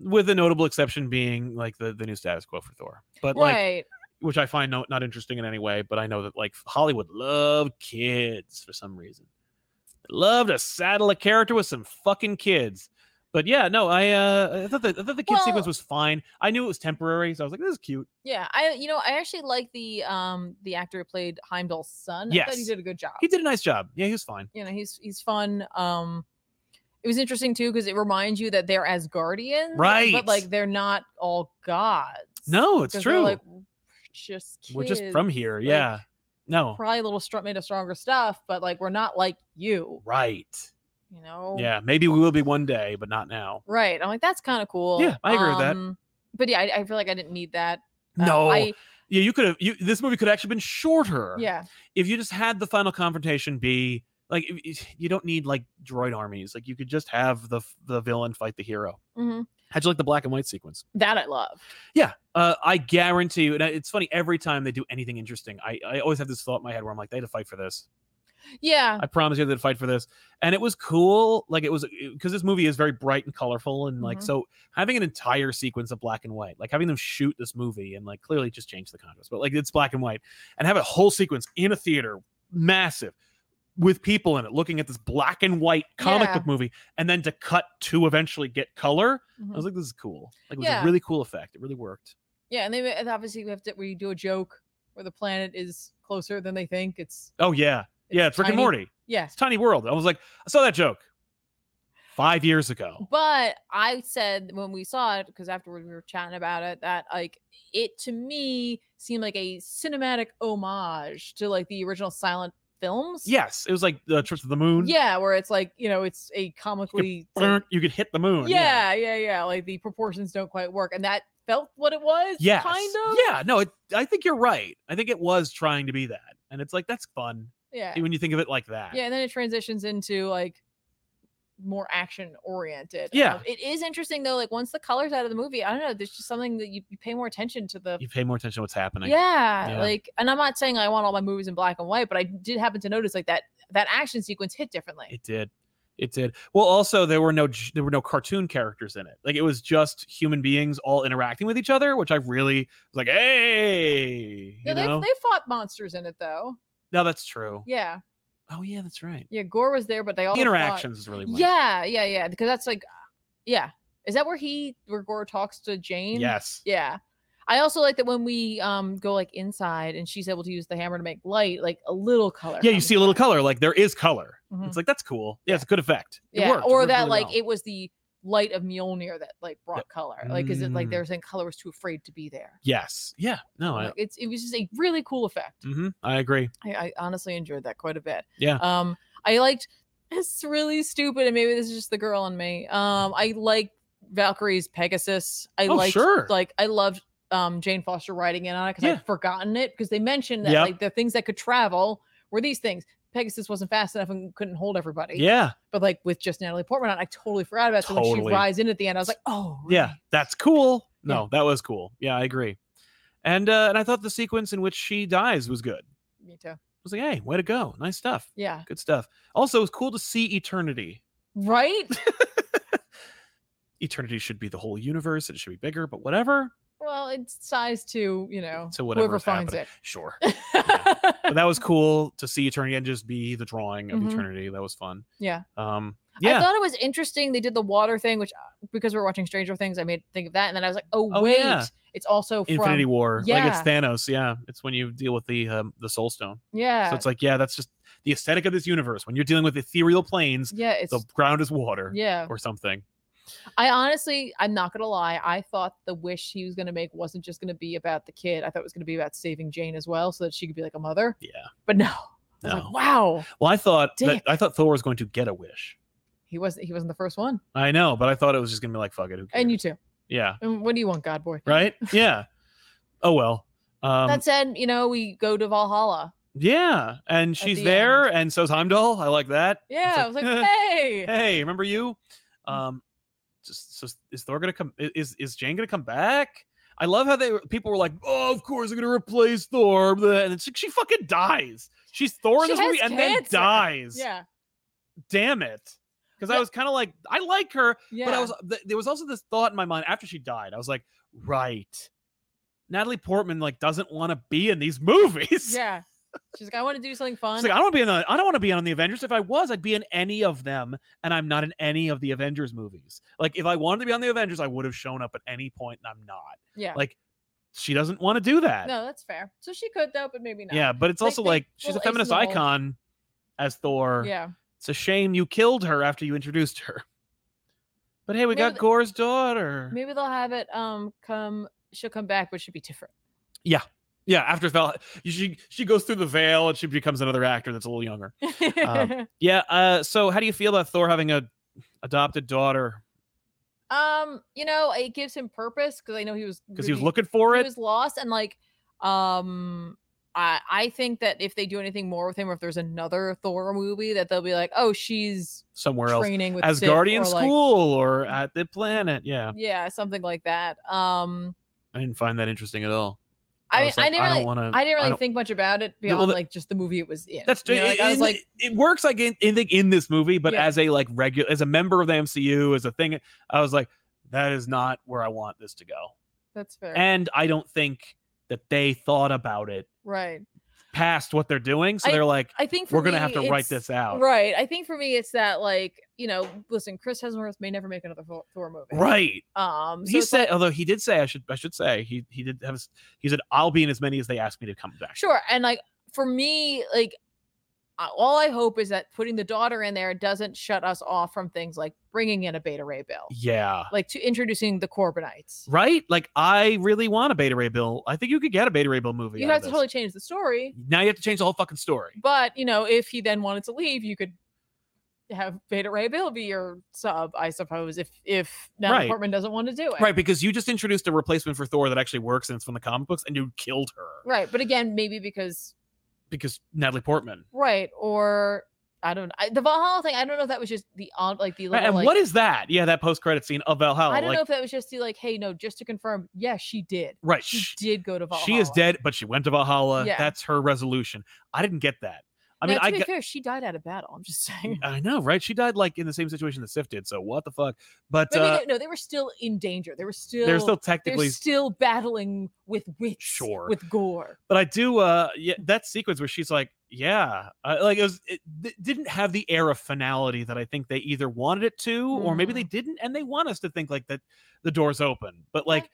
[SPEAKER 1] with the notable exception being like the, the new status quo for Thor, but like
[SPEAKER 2] right?
[SPEAKER 1] which I find no, not interesting in any way. But I know that like Hollywood loved kids for some reason, love to saddle a character with some fucking kids. But yeah, no, I uh, I thought the I thought the kid sequence
[SPEAKER 2] Well-
[SPEAKER 1] was fine. I knew it was temporary, so I was like, this is cute.
[SPEAKER 2] yeah, I you know I actually like the um the actor who played Heimdall's son. I thought he
[SPEAKER 1] Yes.
[SPEAKER 2] did a good job.
[SPEAKER 1] He did a nice job. Yeah, he was fine.
[SPEAKER 2] you know he's he's fun. Um, it was interesting too because it reminds you that they're as guardians,
[SPEAKER 1] Right.
[SPEAKER 2] But like they're not all gods.
[SPEAKER 1] No, it's
[SPEAKER 2] 'Cause they're
[SPEAKER 1] true.
[SPEAKER 2] Like "We're just kids.
[SPEAKER 1] We're just from here.
[SPEAKER 2] like,
[SPEAKER 1] yeah. No.
[SPEAKER 2] probably a little str- made of stronger stuff, but like we're not like you,
[SPEAKER 1] Right.
[SPEAKER 2] you know?
[SPEAKER 1] Yeah. Maybe we will be one day, but not now.
[SPEAKER 2] Right. I'm like, that's kind of cool.
[SPEAKER 1] Yeah, I agree with that.
[SPEAKER 2] that. But yeah, I, I feel like I didn't need that. Uh,
[SPEAKER 1] No.
[SPEAKER 2] I,
[SPEAKER 1] yeah, you could have. You this movie could have actually been shorter.
[SPEAKER 2] yeah.
[SPEAKER 1] if you just had the final confrontation be like if- if- you don't need like droid armies like you could just have the f- the villain fight the hero
[SPEAKER 2] hmm
[SPEAKER 1] how'd you like the black and white sequence
[SPEAKER 2] That I love.
[SPEAKER 1] uh, i guarantee you and I- it's funny every time they do anything interesting I, I always have this thought in my head where i'm like they had to fight for this
[SPEAKER 2] yeah.
[SPEAKER 1] I promise you, I did fight for this, and it was cool. Like it was because this movie is very bright and colorful, and like
[SPEAKER 2] Mhm.
[SPEAKER 1] so having an entire sequence of black and white, like having them shoot this movie, and like clearly just change the contrast, but like it's black and white, and have a whole sequence in a theater, massive, with people in it looking at this black and white comic
[SPEAKER 2] Yeah.
[SPEAKER 1] book movie, and then to cut to eventually get color. I
[SPEAKER 2] Mhm.
[SPEAKER 1] was like, this is cool. Like it was
[SPEAKER 2] Yeah.
[SPEAKER 1] a really cool effect. It really worked.
[SPEAKER 2] Yeah, and they and obviously we have to we do a joke where the planet is closer than they think. It's
[SPEAKER 1] Oh yeah, yeah. It's Rick and
[SPEAKER 2] tiny.
[SPEAKER 1] Morty.
[SPEAKER 2] yeah.
[SPEAKER 1] It's Tiny World. I was like, I saw that joke five years ago.
[SPEAKER 2] But I said when we saw it because afterward we were chatting about it that like it to me seemed like a cinematic homage to like the original silent films.
[SPEAKER 1] Yes, it was like the trip to the moon.
[SPEAKER 2] Yeah, where it's like you know it's a comically it's like-
[SPEAKER 1] Burn, you could hit the moon.
[SPEAKER 2] yeah, yeah, yeah. Like the proportions don't quite work, and that felt what it was.
[SPEAKER 1] Yes.
[SPEAKER 2] kind of.
[SPEAKER 1] Yeah. No, it, I think you're right. I think it was trying to be that, and it's like that's fun
[SPEAKER 2] yeah,
[SPEAKER 1] when you think of it like that.
[SPEAKER 2] yeah. And then it transitions into like more action oriented.
[SPEAKER 1] Yeah.
[SPEAKER 2] it is interesting though. Like once the colors out of the movie, I don't know. There's just something that you, you pay more attention to the.
[SPEAKER 1] You pay more attention to what's happening.
[SPEAKER 2] Yeah,
[SPEAKER 1] Yeah.
[SPEAKER 2] like, and I'm not saying I want all my movies in black and white, but I did happen to notice like that that action sequence hit differently.
[SPEAKER 1] It did. It did. Well, also there were no j- there were no cartoon characters in it. Like it was just human beings all interacting with each other, which I really was like, hey,
[SPEAKER 2] yeah,
[SPEAKER 1] you
[SPEAKER 2] they,
[SPEAKER 1] know.
[SPEAKER 2] they fought monsters in it though.
[SPEAKER 1] no, that's true.
[SPEAKER 2] Yeah,
[SPEAKER 1] Oh yeah, that's right.
[SPEAKER 2] yeah. Gore was there, but they all
[SPEAKER 1] The
[SPEAKER 2] fought-
[SPEAKER 1] interactions is really. what-
[SPEAKER 2] Yeah, yeah, yeah. Because that's like, yeah. Is that where he where Gore talks to Jane?
[SPEAKER 1] Yes.
[SPEAKER 2] Yeah. I also like that when we um go like inside and she's able to use the hammer to make light, like a little color.
[SPEAKER 1] Yeah, you
[SPEAKER 2] comes
[SPEAKER 1] see a little
[SPEAKER 2] back.
[SPEAKER 1] color. Like there is color.
[SPEAKER 2] Mhm.
[SPEAKER 1] It's like that's cool. Yeah, it's a good effect. It
[SPEAKER 2] yeah.
[SPEAKER 1] worked. It
[SPEAKER 2] Or
[SPEAKER 1] worked
[SPEAKER 2] that
[SPEAKER 1] really
[SPEAKER 2] like
[SPEAKER 1] well.
[SPEAKER 2] it was the light of Mjolnir that like brought color. Like is it like
[SPEAKER 1] Mm.
[SPEAKER 2] they're saying color was too afraid to be there?
[SPEAKER 1] Yes. Oh, Yeah. No. I,
[SPEAKER 2] Like, it's it was just a really cool effect.
[SPEAKER 1] mhm, I agree.
[SPEAKER 2] I, I honestly enjoyed that quite a bit.
[SPEAKER 1] Yeah.
[SPEAKER 2] Um, I liked. It's really stupid, and maybe this is just the girl in me. Um, I liked Valkyrie's Pegasus. I
[SPEAKER 1] Oh,
[SPEAKER 2] liked
[SPEAKER 1] sure.
[SPEAKER 2] like I loved um Jane Foster riding in on it because
[SPEAKER 1] Yeah.
[SPEAKER 2] I'd forgotten it because they mentioned that
[SPEAKER 1] Yep.
[SPEAKER 2] like the things that could travel were these things. Pegasus wasn't fast enough and couldn't hold everybody.
[SPEAKER 1] Yeah.
[SPEAKER 2] But like with just Natalie Portman on, I totally forgot about it. So when she
[SPEAKER 1] Totally.
[SPEAKER 2] rides in at the end, I was like, oh
[SPEAKER 1] Yeah.
[SPEAKER 2] right.
[SPEAKER 1] That's cool.
[SPEAKER 2] Yeah.
[SPEAKER 1] No, that was cool. Yeah, I agree. And uh, and I thought the sequence in which she dies was good. I
[SPEAKER 2] Me too.
[SPEAKER 1] was like, hey, way to go. Nice stuff.
[SPEAKER 2] Yeah.
[SPEAKER 1] Good stuff. Also, it was cool to see eternity.
[SPEAKER 2] Right?
[SPEAKER 1] Eternity should be the whole universe. It should be bigger, but whatever.
[SPEAKER 2] well, it's size to, you know,
[SPEAKER 1] To whatever
[SPEAKER 2] whoever
[SPEAKER 1] is
[SPEAKER 2] finds
[SPEAKER 1] happening. Sure.
[SPEAKER 2] it.
[SPEAKER 1] but that was cool to see eternity and just be the drawing of
[SPEAKER 2] Mhm.
[SPEAKER 1] eternity. That was fun.
[SPEAKER 2] yeah.
[SPEAKER 1] Um. Yeah.
[SPEAKER 2] I thought it was interesting they did the water thing, which uh, because we are watching Stranger Things, I made think of that, and then I was like, oh,
[SPEAKER 1] Oh,
[SPEAKER 2] wait,
[SPEAKER 1] yeah.
[SPEAKER 2] it's also from
[SPEAKER 1] Infinity War. Like it's
[SPEAKER 2] Yeah.
[SPEAKER 1] Thanos. Yeah. It's when you deal with the um, the Soul Stone.
[SPEAKER 2] yeah,
[SPEAKER 1] So it's like, yeah, that's just the aesthetic of this universe. When you're dealing with ethereal planes,
[SPEAKER 2] yeah, it's
[SPEAKER 1] the ground is water
[SPEAKER 2] yeah.
[SPEAKER 1] or something.
[SPEAKER 2] I honestly, I'm not gonna lie, I thought the wish he was gonna make wasn't just gonna be about the kid. I thought it was gonna be about saving Jane as well, so that she could be like a mother.
[SPEAKER 1] Yeah.
[SPEAKER 2] But no, I was
[SPEAKER 1] No.
[SPEAKER 2] like, wow,
[SPEAKER 1] Well, I thought that,
[SPEAKER 2] Dick.
[SPEAKER 1] I thought Thor was going to get a wish.
[SPEAKER 2] he wasn't he wasn't the first one,
[SPEAKER 1] I know, but I thought it was just gonna be like, fuck it, who cares?
[SPEAKER 2] and you too.
[SPEAKER 1] yeah.
[SPEAKER 2] And what do you want, God boy?
[SPEAKER 1] Right. Yeah. oh well. Um,
[SPEAKER 2] that said, you know, we go to Valhalla.
[SPEAKER 1] yeah, and she's
[SPEAKER 2] the
[SPEAKER 1] there, and so's Heimdall. I like that. It's
[SPEAKER 2] Yeah, I was like, hey,
[SPEAKER 1] hey, remember you?
[SPEAKER 2] Mm.
[SPEAKER 1] Um, just so is Thor gonna come? i- Is is Jane gonna come back? I love how they were- people were like, oh, of course they're gonna replace Thor, blah, and it's like she fucking dies. She's Thor in
[SPEAKER 2] She
[SPEAKER 1] this movie
[SPEAKER 2] has
[SPEAKER 1] and then
[SPEAKER 2] cancer.
[SPEAKER 1] dies.
[SPEAKER 2] yeah,
[SPEAKER 1] Damn it. Because I
[SPEAKER 2] But-
[SPEAKER 1] was kind of like, I like her,
[SPEAKER 2] yeah.
[SPEAKER 1] but I was th- there was also this thought in my mind after she died. I was like, right. Natalie Portman like doesn't want to be in these movies.
[SPEAKER 2] Yeah. She's like, I want to do something fun.
[SPEAKER 1] She's like, I don't want to be in the, I don't want to be on the Avengers. If I was, I'd be in any of them, and I'm not in any of the Avengers movies. Like, if I wanted to be on the Avengers, I would have shown up at any point, and I'm not.
[SPEAKER 2] yeah.
[SPEAKER 1] Like, she doesn't want to do that.
[SPEAKER 2] no, that's fair. So she could though, but maybe not.
[SPEAKER 1] Yeah, but it's
[SPEAKER 2] Like,
[SPEAKER 1] also
[SPEAKER 2] they-
[SPEAKER 1] like she's a
[SPEAKER 2] well, it's
[SPEAKER 1] feminist
[SPEAKER 2] the whole-
[SPEAKER 1] icon as Thor.
[SPEAKER 2] Yeah.
[SPEAKER 1] It's a shame you killed her after you introduced her. But hey, we
[SPEAKER 2] Maybe
[SPEAKER 1] got
[SPEAKER 2] the-
[SPEAKER 1] Gore's daughter.
[SPEAKER 2] Maybe they'll have it um come she'll come back, but she'll be different.
[SPEAKER 1] Yeah, after Val, she she goes through the veil and she becomes another actor that's a little younger. Um,
[SPEAKER 2] Um,
[SPEAKER 1] Yeah. Uh, so how do you feel about Thor having a adopted daughter?
[SPEAKER 2] Um, you know, it gives him purpose because I know he was
[SPEAKER 1] Because he was
[SPEAKER 2] really-
[SPEAKER 1] looking for
[SPEAKER 2] he
[SPEAKER 1] it.
[SPEAKER 2] was lost and like um I I think that if they do anything more with him or if there's another Thor movie that they'll be like, oh, she's
[SPEAKER 1] somewhere else
[SPEAKER 2] training with
[SPEAKER 1] as
[SPEAKER 2] Sif,"
[SPEAKER 1] guardian
[SPEAKER 2] or, like- Mm-hmm.
[SPEAKER 1] school or at the planet. Yeah,
[SPEAKER 2] Yeah, something like that. Um
[SPEAKER 1] I didn't find that interesting at all.
[SPEAKER 2] I,
[SPEAKER 1] was
[SPEAKER 2] I
[SPEAKER 1] like,
[SPEAKER 2] didn't
[SPEAKER 1] don't
[SPEAKER 2] really,
[SPEAKER 1] wanna-
[SPEAKER 2] I didn't really
[SPEAKER 1] don't-
[SPEAKER 2] think much about it
[SPEAKER 1] Yeah, well,
[SPEAKER 2] beyond
[SPEAKER 1] the-
[SPEAKER 2] like just the movie it was in.
[SPEAKER 1] That's
[SPEAKER 2] You know, like, I was
[SPEAKER 1] it-
[SPEAKER 2] like,
[SPEAKER 1] it works like in, in, the- in this movie, but
[SPEAKER 2] Yeah.
[SPEAKER 1] as a like regular, as a member of the MCU, as a thing, I was like, that is not where I want this to go.
[SPEAKER 2] that's fair,
[SPEAKER 1] And I don't think that they thought about it
[SPEAKER 2] right?
[SPEAKER 1] past what they're doing, so
[SPEAKER 2] I-
[SPEAKER 1] they're like,
[SPEAKER 2] I think for
[SPEAKER 1] we're gonna have
[SPEAKER 2] me,
[SPEAKER 1] to write
[SPEAKER 2] it's-
[SPEAKER 1] this out.
[SPEAKER 2] Right. I think for me, it's that like you know, listen, Chris Hemsworth may never make another Thor, Thor movie.
[SPEAKER 1] Right.
[SPEAKER 2] Um. So
[SPEAKER 1] he
[SPEAKER 2] it's like-
[SPEAKER 1] said, although he did say, I should, I should say, he he did have, s- he said, I'll be in as many as they ask me to come back.
[SPEAKER 2] sure. And like for me, like I- all I hope is that putting the daughter in there doesn't shut us off from things like bringing in a Beta Ray Bill,
[SPEAKER 1] Yeah.
[SPEAKER 2] like to introducing the Corbinites.
[SPEAKER 1] Right. Like I really want a Beta Ray Bill. I think you could get a Beta Ray Bill movie.
[SPEAKER 2] You
[SPEAKER 1] out
[SPEAKER 2] have
[SPEAKER 1] of
[SPEAKER 2] to
[SPEAKER 1] this.
[SPEAKER 2] totally change the story.
[SPEAKER 1] Now you have to change the whole fucking story.
[SPEAKER 2] But you know, if he then wanted to leave, you could have Beta Ray Bill be your sub, I suppose. If if Natalie
[SPEAKER 1] Right.
[SPEAKER 2] Portman doesn't want to do it,
[SPEAKER 1] Right, because you just introduced a replacement for Thor that actually works and it's from the comic books, and you killed her
[SPEAKER 2] Right. But again, maybe because
[SPEAKER 1] because Natalie Portman.
[SPEAKER 2] right or I don't I, the Valhalla thing. I don't know if that was just the on like the
[SPEAKER 1] Right,
[SPEAKER 2] little,
[SPEAKER 1] and
[SPEAKER 2] like,
[SPEAKER 1] what is that? Yeah, that post credit scene of Valhalla.
[SPEAKER 2] I don't
[SPEAKER 1] like,
[SPEAKER 2] know if that was just the like, hey, no, just to confirm, yes, she did.
[SPEAKER 1] right,
[SPEAKER 2] She
[SPEAKER 1] sh-
[SPEAKER 2] did go to Valhalla.
[SPEAKER 1] she is dead, but she went to Valhalla.
[SPEAKER 2] Yeah.
[SPEAKER 1] That's her resolution. I didn't get that. I mean,
[SPEAKER 2] now, to
[SPEAKER 1] I
[SPEAKER 2] be
[SPEAKER 1] get,
[SPEAKER 2] fair, she died out of battle. I'm just saying.
[SPEAKER 1] I know, right? She died like in the same situation that Sif did. So what the fuck? But
[SPEAKER 2] But
[SPEAKER 1] uh,
[SPEAKER 2] no, they were still in danger. They were still
[SPEAKER 1] they're still
[SPEAKER 2] they're
[SPEAKER 1] technically.
[SPEAKER 2] still battling with witch,
[SPEAKER 1] Sure.
[SPEAKER 2] with gore.
[SPEAKER 1] But I do. Uh, yeah, that sequence where she's like, "Yeah," uh, like it was. It d- didn't have the air of finality that I think they either wanted it to, or maybe they didn't, and they want us to think like that the door's open. But like,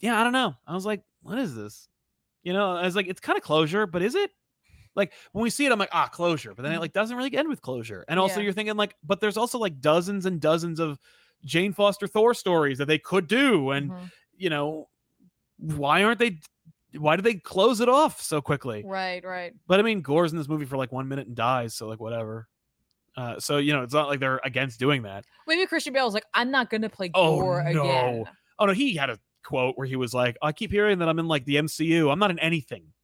[SPEAKER 1] yeah, I don't know. I was like, "What is this?" You know, I was like, "It's kind of closure, but is it?" Like when we see it, I'm like, "Ah, closure," but then it
[SPEAKER 2] Mhm.
[SPEAKER 1] like doesn't really end with closure. And also,
[SPEAKER 2] Yeah.
[SPEAKER 1] you're thinking like, but there's also like dozens and dozens of Jane Foster Thor stories that they could do, and
[SPEAKER 2] Mhm.
[SPEAKER 1] you know, why aren't they? Why do they close it off so quickly?
[SPEAKER 2] right, right.
[SPEAKER 1] But I mean, Gore's in this movie for like one minute and dies, so like whatever. Uh, so you know, it's not like they're against doing that.
[SPEAKER 2] Maybe Christian Bale's like, I'm not gonna play
[SPEAKER 1] Oh,
[SPEAKER 2] gore
[SPEAKER 1] no.
[SPEAKER 2] again.
[SPEAKER 1] Oh no, he had a quote where he was like, "I keep hearing that I'm in like the MCU. I'm not in anything.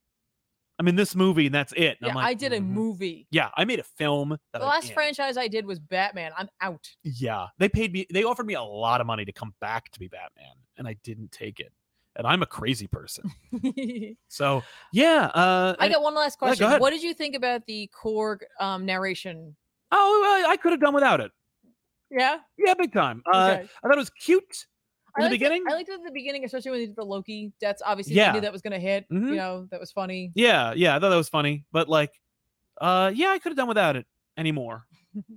[SPEAKER 1] I'm in this movie, and that's it." And
[SPEAKER 2] Yeah,
[SPEAKER 1] I'm like,
[SPEAKER 2] I did a
[SPEAKER 1] "Mhm."
[SPEAKER 2] movie.
[SPEAKER 1] Yeah, I made a film. That
[SPEAKER 2] The
[SPEAKER 1] I'm
[SPEAKER 2] last
[SPEAKER 1] in."
[SPEAKER 2] franchise I did was Batman. I'm out.
[SPEAKER 1] Yeah, they paid me. They offered me a lot of money to come back to be Batman, and I didn't take it. And I'm a crazy person. So yeah, uh,
[SPEAKER 2] I got one last
[SPEAKER 1] go
[SPEAKER 2] question.
[SPEAKER 1] ahead.
[SPEAKER 2] what did you think about the Korg um, narration?
[SPEAKER 1] Oh, I, I could have done without it.
[SPEAKER 2] Yeah.
[SPEAKER 1] Yeah, big time. Uh,
[SPEAKER 2] okay.
[SPEAKER 1] I thought it was cute in
[SPEAKER 2] I
[SPEAKER 1] the
[SPEAKER 2] liked it-
[SPEAKER 1] beginning.
[SPEAKER 2] I liked it at the beginning, especially when they did the Loki. That's obviously
[SPEAKER 1] Yeah.
[SPEAKER 2] they knew that was gonna hit.
[SPEAKER 1] Mhm.
[SPEAKER 2] You know, that was funny.
[SPEAKER 1] yeah, yeah, I thought that was funny. But like, uh, yeah, I could have done without it anymore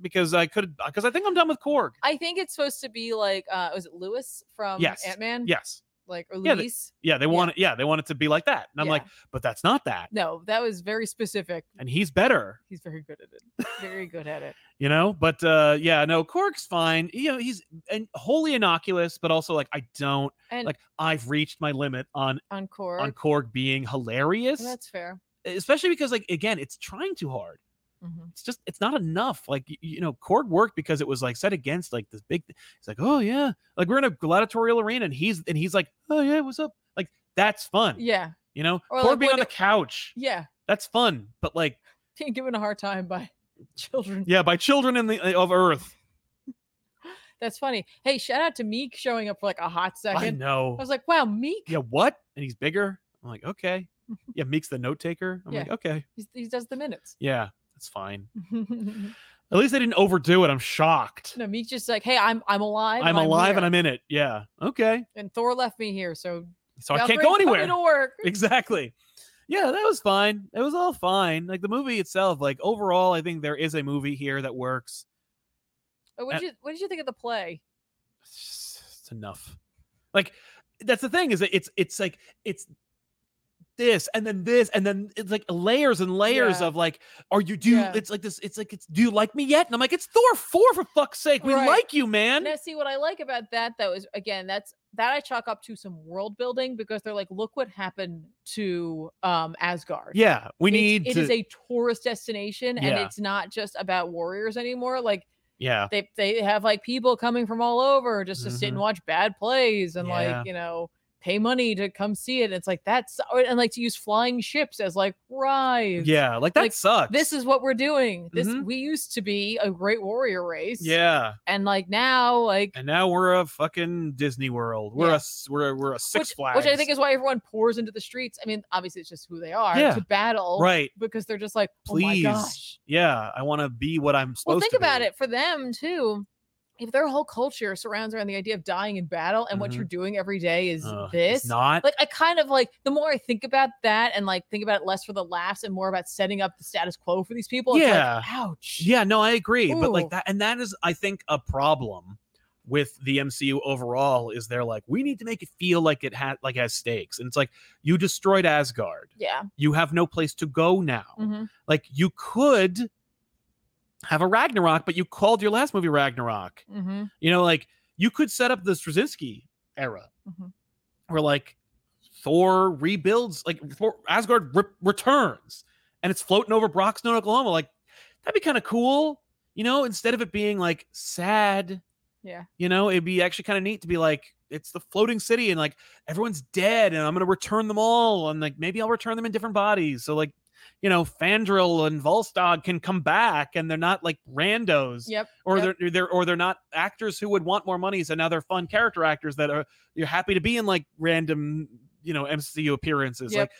[SPEAKER 1] because I could because I think I'm done with Korg.
[SPEAKER 2] I think it's supposed to be like uh was it Lewis from
[SPEAKER 1] Yes.
[SPEAKER 2] Ant Man?
[SPEAKER 1] Yes,
[SPEAKER 2] Like or
[SPEAKER 1] Yeah, the-
[SPEAKER 2] Luis.
[SPEAKER 1] yeah, they
[SPEAKER 2] Yeah.
[SPEAKER 1] want it. Yeah, they want it to be like that, and I'm
[SPEAKER 2] Yeah.
[SPEAKER 1] like, but that's not that,
[SPEAKER 2] No, that was very specific.
[SPEAKER 1] and he's better,
[SPEAKER 2] He's very good at it. Very good at it.
[SPEAKER 1] you know. But uh, yeah, no, Korg's fine. You know, he's and wholly innocuous, but also like I don't
[SPEAKER 2] And
[SPEAKER 1] like I've reached my limit on
[SPEAKER 2] on Korg.
[SPEAKER 1] on Korg being hilarious,
[SPEAKER 2] that's fair.
[SPEAKER 1] especially because like again, it's trying too hard.
[SPEAKER 2] Mhm.
[SPEAKER 1] it's just it's not enough. Like y- you know, Korg worked because it was like set against like this big. It's like oh yeah, like we're in a gladiatorial arena and he's and he's like oh yeah, what's up? Like that's fun.
[SPEAKER 2] Yeah.
[SPEAKER 1] You know,
[SPEAKER 2] Or,
[SPEAKER 1] Korg
[SPEAKER 2] like,
[SPEAKER 1] being on
[SPEAKER 2] when
[SPEAKER 1] the couch
[SPEAKER 2] Yeah.
[SPEAKER 1] that's fun, but like
[SPEAKER 2] Being given a hard time by children.
[SPEAKER 1] yeah, by children in the uh, of Earth.
[SPEAKER 2] That's funny. Hey, shout out to Meek showing up for like a hot second.
[SPEAKER 1] I know.
[SPEAKER 2] I was like, wow, Meek.
[SPEAKER 1] yeah, what? And he's bigger. I'm like okay. Yeah, Meek's the note taker. I'm like
[SPEAKER 2] Yeah.
[SPEAKER 1] okay.
[SPEAKER 2] He's, he does the minutes.
[SPEAKER 1] Yeah, that's fine. At least they didn't overdo it. I'm shocked.
[SPEAKER 2] No, Meek's just like, hey, I'm I'm alive.
[SPEAKER 1] I'm, alive and
[SPEAKER 2] here,
[SPEAKER 1] I'm in it. Yeah. Okay.
[SPEAKER 2] and Thor left me here, so
[SPEAKER 1] So I
[SPEAKER 2] y'all
[SPEAKER 1] can't
[SPEAKER 2] three
[SPEAKER 1] go
[SPEAKER 2] coming
[SPEAKER 1] anywhere.
[SPEAKER 2] To work.
[SPEAKER 1] exactly. Yeah, that was fine. It was all fine. Like the movie itself, like overall, I think there is a movie here that works.
[SPEAKER 2] Oh, What
[SPEAKER 1] And-
[SPEAKER 2] did you What did you think of the play?
[SPEAKER 1] It's, just- it's enough. Like that's the thing is that it's it's like it's this and then this and then it's like layers and layers
[SPEAKER 2] Yeah.
[SPEAKER 1] of like are you do you-
[SPEAKER 2] Yeah.
[SPEAKER 1] it's like this it's like it's do you like me yet and I'm like it's Thor four for fuck's sake we
[SPEAKER 2] Right.
[SPEAKER 1] like you man
[SPEAKER 2] Now, see what I like about that though is again that's that I chalk up to some world building because they're like, look what happened to um Asgard.
[SPEAKER 1] yeah we
[SPEAKER 2] It's-
[SPEAKER 1] need
[SPEAKER 2] It
[SPEAKER 1] to
[SPEAKER 2] is a tourist destination, and
[SPEAKER 1] Yeah.
[SPEAKER 2] it's not just about warriors anymore. Like
[SPEAKER 1] yeah
[SPEAKER 2] they they have like people coming from all over just to sit and watch bad plays and
[SPEAKER 1] Mm-hmm. Yeah.
[SPEAKER 2] like you know pay money to come see it. And it's like that's or- and like to use flying ships as like rides.
[SPEAKER 1] Yeah, like that
[SPEAKER 2] Like,
[SPEAKER 1] sucks.
[SPEAKER 2] This is what we're doing. This
[SPEAKER 1] Mhm.
[SPEAKER 2] we used to be a great warrior race.
[SPEAKER 1] yeah,
[SPEAKER 2] And like now, like
[SPEAKER 1] and now we're a fucking Disney World. We're
[SPEAKER 2] Yeah.
[SPEAKER 1] a s- we're a, we're a Six
[SPEAKER 2] which,
[SPEAKER 1] Flags,
[SPEAKER 2] which I think is why everyone pours into the streets. I mean, obviously it's just who they are
[SPEAKER 1] Yeah.
[SPEAKER 2] to battle.
[SPEAKER 1] right.
[SPEAKER 2] Because they're just like, oh my
[SPEAKER 1] Please.
[SPEAKER 2] gosh.
[SPEAKER 1] Yeah, I want to be what I'm supposed.
[SPEAKER 2] Well, think
[SPEAKER 1] to be.
[SPEAKER 2] about it for them too. If their whole culture surrounds around the idea of dying in battle and what
[SPEAKER 1] Mhm.
[SPEAKER 2] you're doing every day is
[SPEAKER 1] Ugh,
[SPEAKER 2] this,
[SPEAKER 1] it's not
[SPEAKER 2] like I kind of like the more I think about that and like think about it less for the laughs and more about setting up the status quo for these people. It's
[SPEAKER 1] Yeah.
[SPEAKER 2] like, ouch.
[SPEAKER 1] Yeah, no, I agree. But
[SPEAKER 2] Ooh.
[SPEAKER 1] like that, and that is, I think, a problem with the MCU overall. Is they're like, we need to make it feel like it had like it has stakes, and it's like you destroyed Asgard.
[SPEAKER 2] Yeah.
[SPEAKER 1] You have no place to go now.
[SPEAKER 2] Mhm.
[SPEAKER 1] Like you could have a Ragnarok, but you called your last movie Ragnarok.
[SPEAKER 2] Mhm.
[SPEAKER 1] You know, like you could set up the Straczynski era,
[SPEAKER 2] Mhm.
[SPEAKER 1] where like Thor rebuilds, like Thor, Asgard re- returns, and it's floating over Broxton, Oklahoma. Like that'd be kind of cool, you know. Instead of it being like sad,
[SPEAKER 2] Yeah.
[SPEAKER 1] you know, it'd be actually kind of neat to be like it's the floating city, and like everyone's dead, and I'm gonna return them all, and like maybe I'll return them in different bodies. So like. You know, Fandral and Volstagg can come back, and they're not like randos
[SPEAKER 2] Yep.
[SPEAKER 1] or
[SPEAKER 2] Yep.
[SPEAKER 1] they're they're or they're not actors who would want more money. So now they're fun character actors that are you're happy to be in like random you know MCU appearances,
[SPEAKER 2] Yep.
[SPEAKER 1] like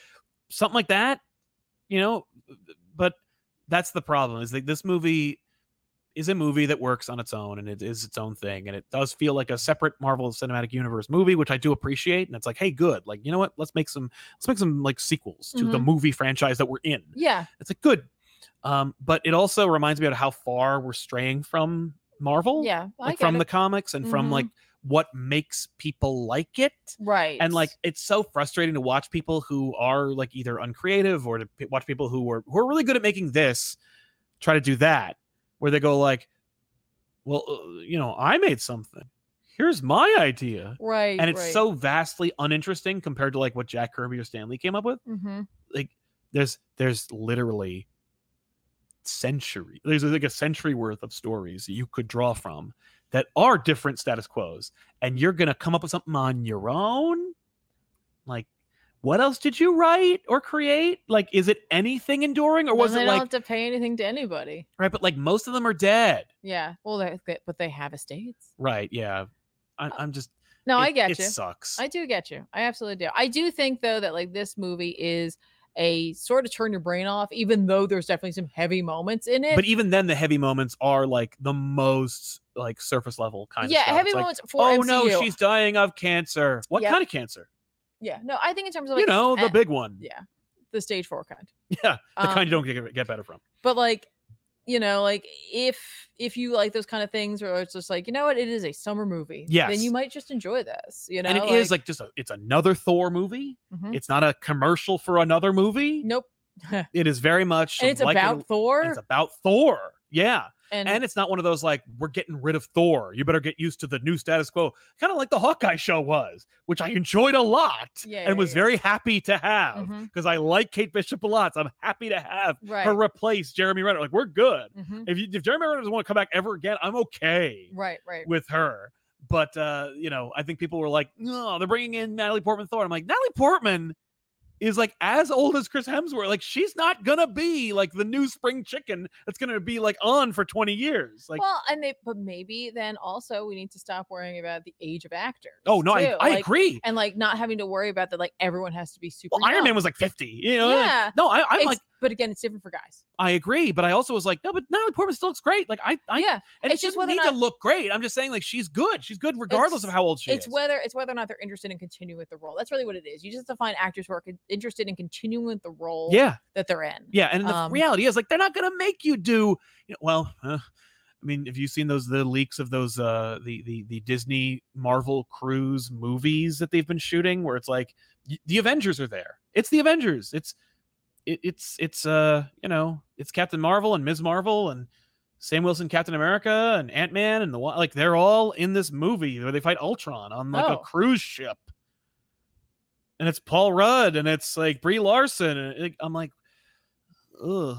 [SPEAKER 1] something like that. You know, but that's the problem is like this movie is a movie that works on its own and it is its own thing and it does feel like a separate marvel cinematic universe movie which i do appreciate and it's like hey good like you know what let's make some let's make some like sequels to
[SPEAKER 2] Mm-hmm.
[SPEAKER 1] the movie franchise that we're in
[SPEAKER 2] Yeah.
[SPEAKER 1] it's like good um but it also reminds me of how far we're straying from marvel
[SPEAKER 2] Yeah. I
[SPEAKER 1] like
[SPEAKER 2] get
[SPEAKER 1] from
[SPEAKER 2] it.
[SPEAKER 1] the comics and
[SPEAKER 2] Mhm.
[SPEAKER 1] from like what makes people like it
[SPEAKER 2] right.
[SPEAKER 1] and like it's so frustrating to watch people who are like either uncreative or to p- watch people who are who are really good at making this try to do that where they go like well uh, you know i made something here's my idea
[SPEAKER 2] right.
[SPEAKER 1] and it's
[SPEAKER 2] right.
[SPEAKER 1] so vastly uninteresting compared to like what jack kirby or stanley came up with
[SPEAKER 2] Mhm.
[SPEAKER 1] like there's there's literally century there's like a century worth of stories that you could draw from that are different status quos and you're gonna come up with something on your own like what else did you write or create like is it anything enduring or
[SPEAKER 2] Then
[SPEAKER 1] was
[SPEAKER 2] they
[SPEAKER 1] it
[SPEAKER 2] don't
[SPEAKER 1] like
[SPEAKER 2] have to pay anything to anybody.
[SPEAKER 1] right but like most of them are dead
[SPEAKER 2] Yeah. Well, they, they- but they have estates.
[SPEAKER 1] right yeah I, i'm just
[SPEAKER 2] Uh, No, I
[SPEAKER 1] it-
[SPEAKER 2] get
[SPEAKER 1] it
[SPEAKER 2] you.
[SPEAKER 1] sucks
[SPEAKER 2] I do get you. I absolutely do. I do think though that like this movie is a sort of turn your brain off, even though there's definitely some heavy moments in it.
[SPEAKER 1] but E even then the heavy moments are like the most like surface level kind
[SPEAKER 2] yeah,
[SPEAKER 1] of stuff.
[SPEAKER 2] heavy
[SPEAKER 1] It's like,
[SPEAKER 2] moments for
[SPEAKER 1] oh no
[SPEAKER 2] MCU.
[SPEAKER 1] she's dying of cancer what
[SPEAKER 2] Yep.
[SPEAKER 1] kind of cancer
[SPEAKER 2] yeah. No, I think in terms of
[SPEAKER 1] you
[SPEAKER 2] like,
[SPEAKER 1] know the
[SPEAKER 2] eh,
[SPEAKER 1] big one
[SPEAKER 2] yeah. the stage four kind.
[SPEAKER 1] yeah the
[SPEAKER 2] Um,
[SPEAKER 1] kind you don't get, get better from
[SPEAKER 2] but like you know like if if you like those kind of things where it's just like you know what it is a summer movie then you
[SPEAKER 1] Yes.
[SPEAKER 2] might just enjoy this you know
[SPEAKER 1] and it is like, just a, it's another thor movie
[SPEAKER 2] mhm.
[SPEAKER 1] it's not a commercial for another movie
[SPEAKER 2] nope
[SPEAKER 1] it is very much
[SPEAKER 2] and it's
[SPEAKER 1] like
[SPEAKER 2] about
[SPEAKER 1] an-
[SPEAKER 2] thor
[SPEAKER 1] it's about thor yeah
[SPEAKER 2] and,
[SPEAKER 1] and it's not one of those like we're getting rid of thor you better get used to the new status quo kind of like the hawkeye show was which i enjoyed a lot
[SPEAKER 2] Yeah, yeah,
[SPEAKER 1] and was
[SPEAKER 2] yeah.
[SPEAKER 1] very happy to have
[SPEAKER 2] Mhm,
[SPEAKER 1] because i like kate bishop a lot so i'm happy to have
[SPEAKER 2] right
[SPEAKER 1] her replace jeremy renner like we're good
[SPEAKER 2] mhm,
[SPEAKER 1] if you, if Jeremy Renner doesn't want to come back ever again, I'm okay
[SPEAKER 2] right right
[SPEAKER 1] with her. But uh, you know, I think people were like, no, they're bringing in Natalie Portman Thor. I'm like, Natalie Portman is like as old as Chris Hemsworth. Like she's not gonna be like the new spring chicken that's gonna be like on for 20 years. Like,
[SPEAKER 2] well and they but maybe then also we need to stop worrying about the age of actors
[SPEAKER 1] oh no,
[SPEAKER 2] too,
[SPEAKER 1] I, I
[SPEAKER 2] like,
[SPEAKER 1] agree.
[SPEAKER 2] and like not having to worry about that like everyone has to be super
[SPEAKER 1] Well, Iron Man
[SPEAKER 2] young.
[SPEAKER 1] was like 50. You know, like,
[SPEAKER 2] Yeah.
[SPEAKER 1] no, I, I'm
[SPEAKER 2] It's-
[SPEAKER 1] like,
[SPEAKER 2] but again it's different for guys
[SPEAKER 1] I agree, but I also was like, no, but Natalie Portman still looks great. Like I, I,
[SPEAKER 2] yeah
[SPEAKER 1] and
[SPEAKER 2] it's
[SPEAKER 1] she
[SPEAKER 2] just
[SPEAKER 1] doesn't
[SPEAKER 2] whether or
[SPEAKER 1] need to look great. I'm just saying, like, she's good. She's good regardless of
[SPEAKER 2] It's-
[SPEAKER 1] how old she
[SPEAKER 2] it's
[SPEAKER 1] is.
[SPEAKER 2] whether it's whether or not they're interested in continuing with the role. That's really what it is. You just have to find actors who are con- interested in continuing with the role
[SPEAKER 1] yeah.
[SPEAKER 2] that they're in.
[SPEAKER 1] Yeah, and the
[SPEAKER 2] Um,
[SPEAKER 1] reality is like they're not gonna make you do. You know, well, uh, I mean, have you seen those the leaks of those uh the the the Disney Marvel Cruise movies that they've been shooting, where it's like y- the Avengers are there. It's the Avengers. It's it, it's it's uh you know it's Captain Marvel and Ms. Marvel and Sam Wilson, Captain America, and Ant Man, and the wa- like they're all in this movie where they fight Ultron on like
[SPEAKER 2] Oh.
[SPEAKER 1] a cruise ship. And it's Paul Rudd, and it's like Brie Larson, and it- I'm like, ugh,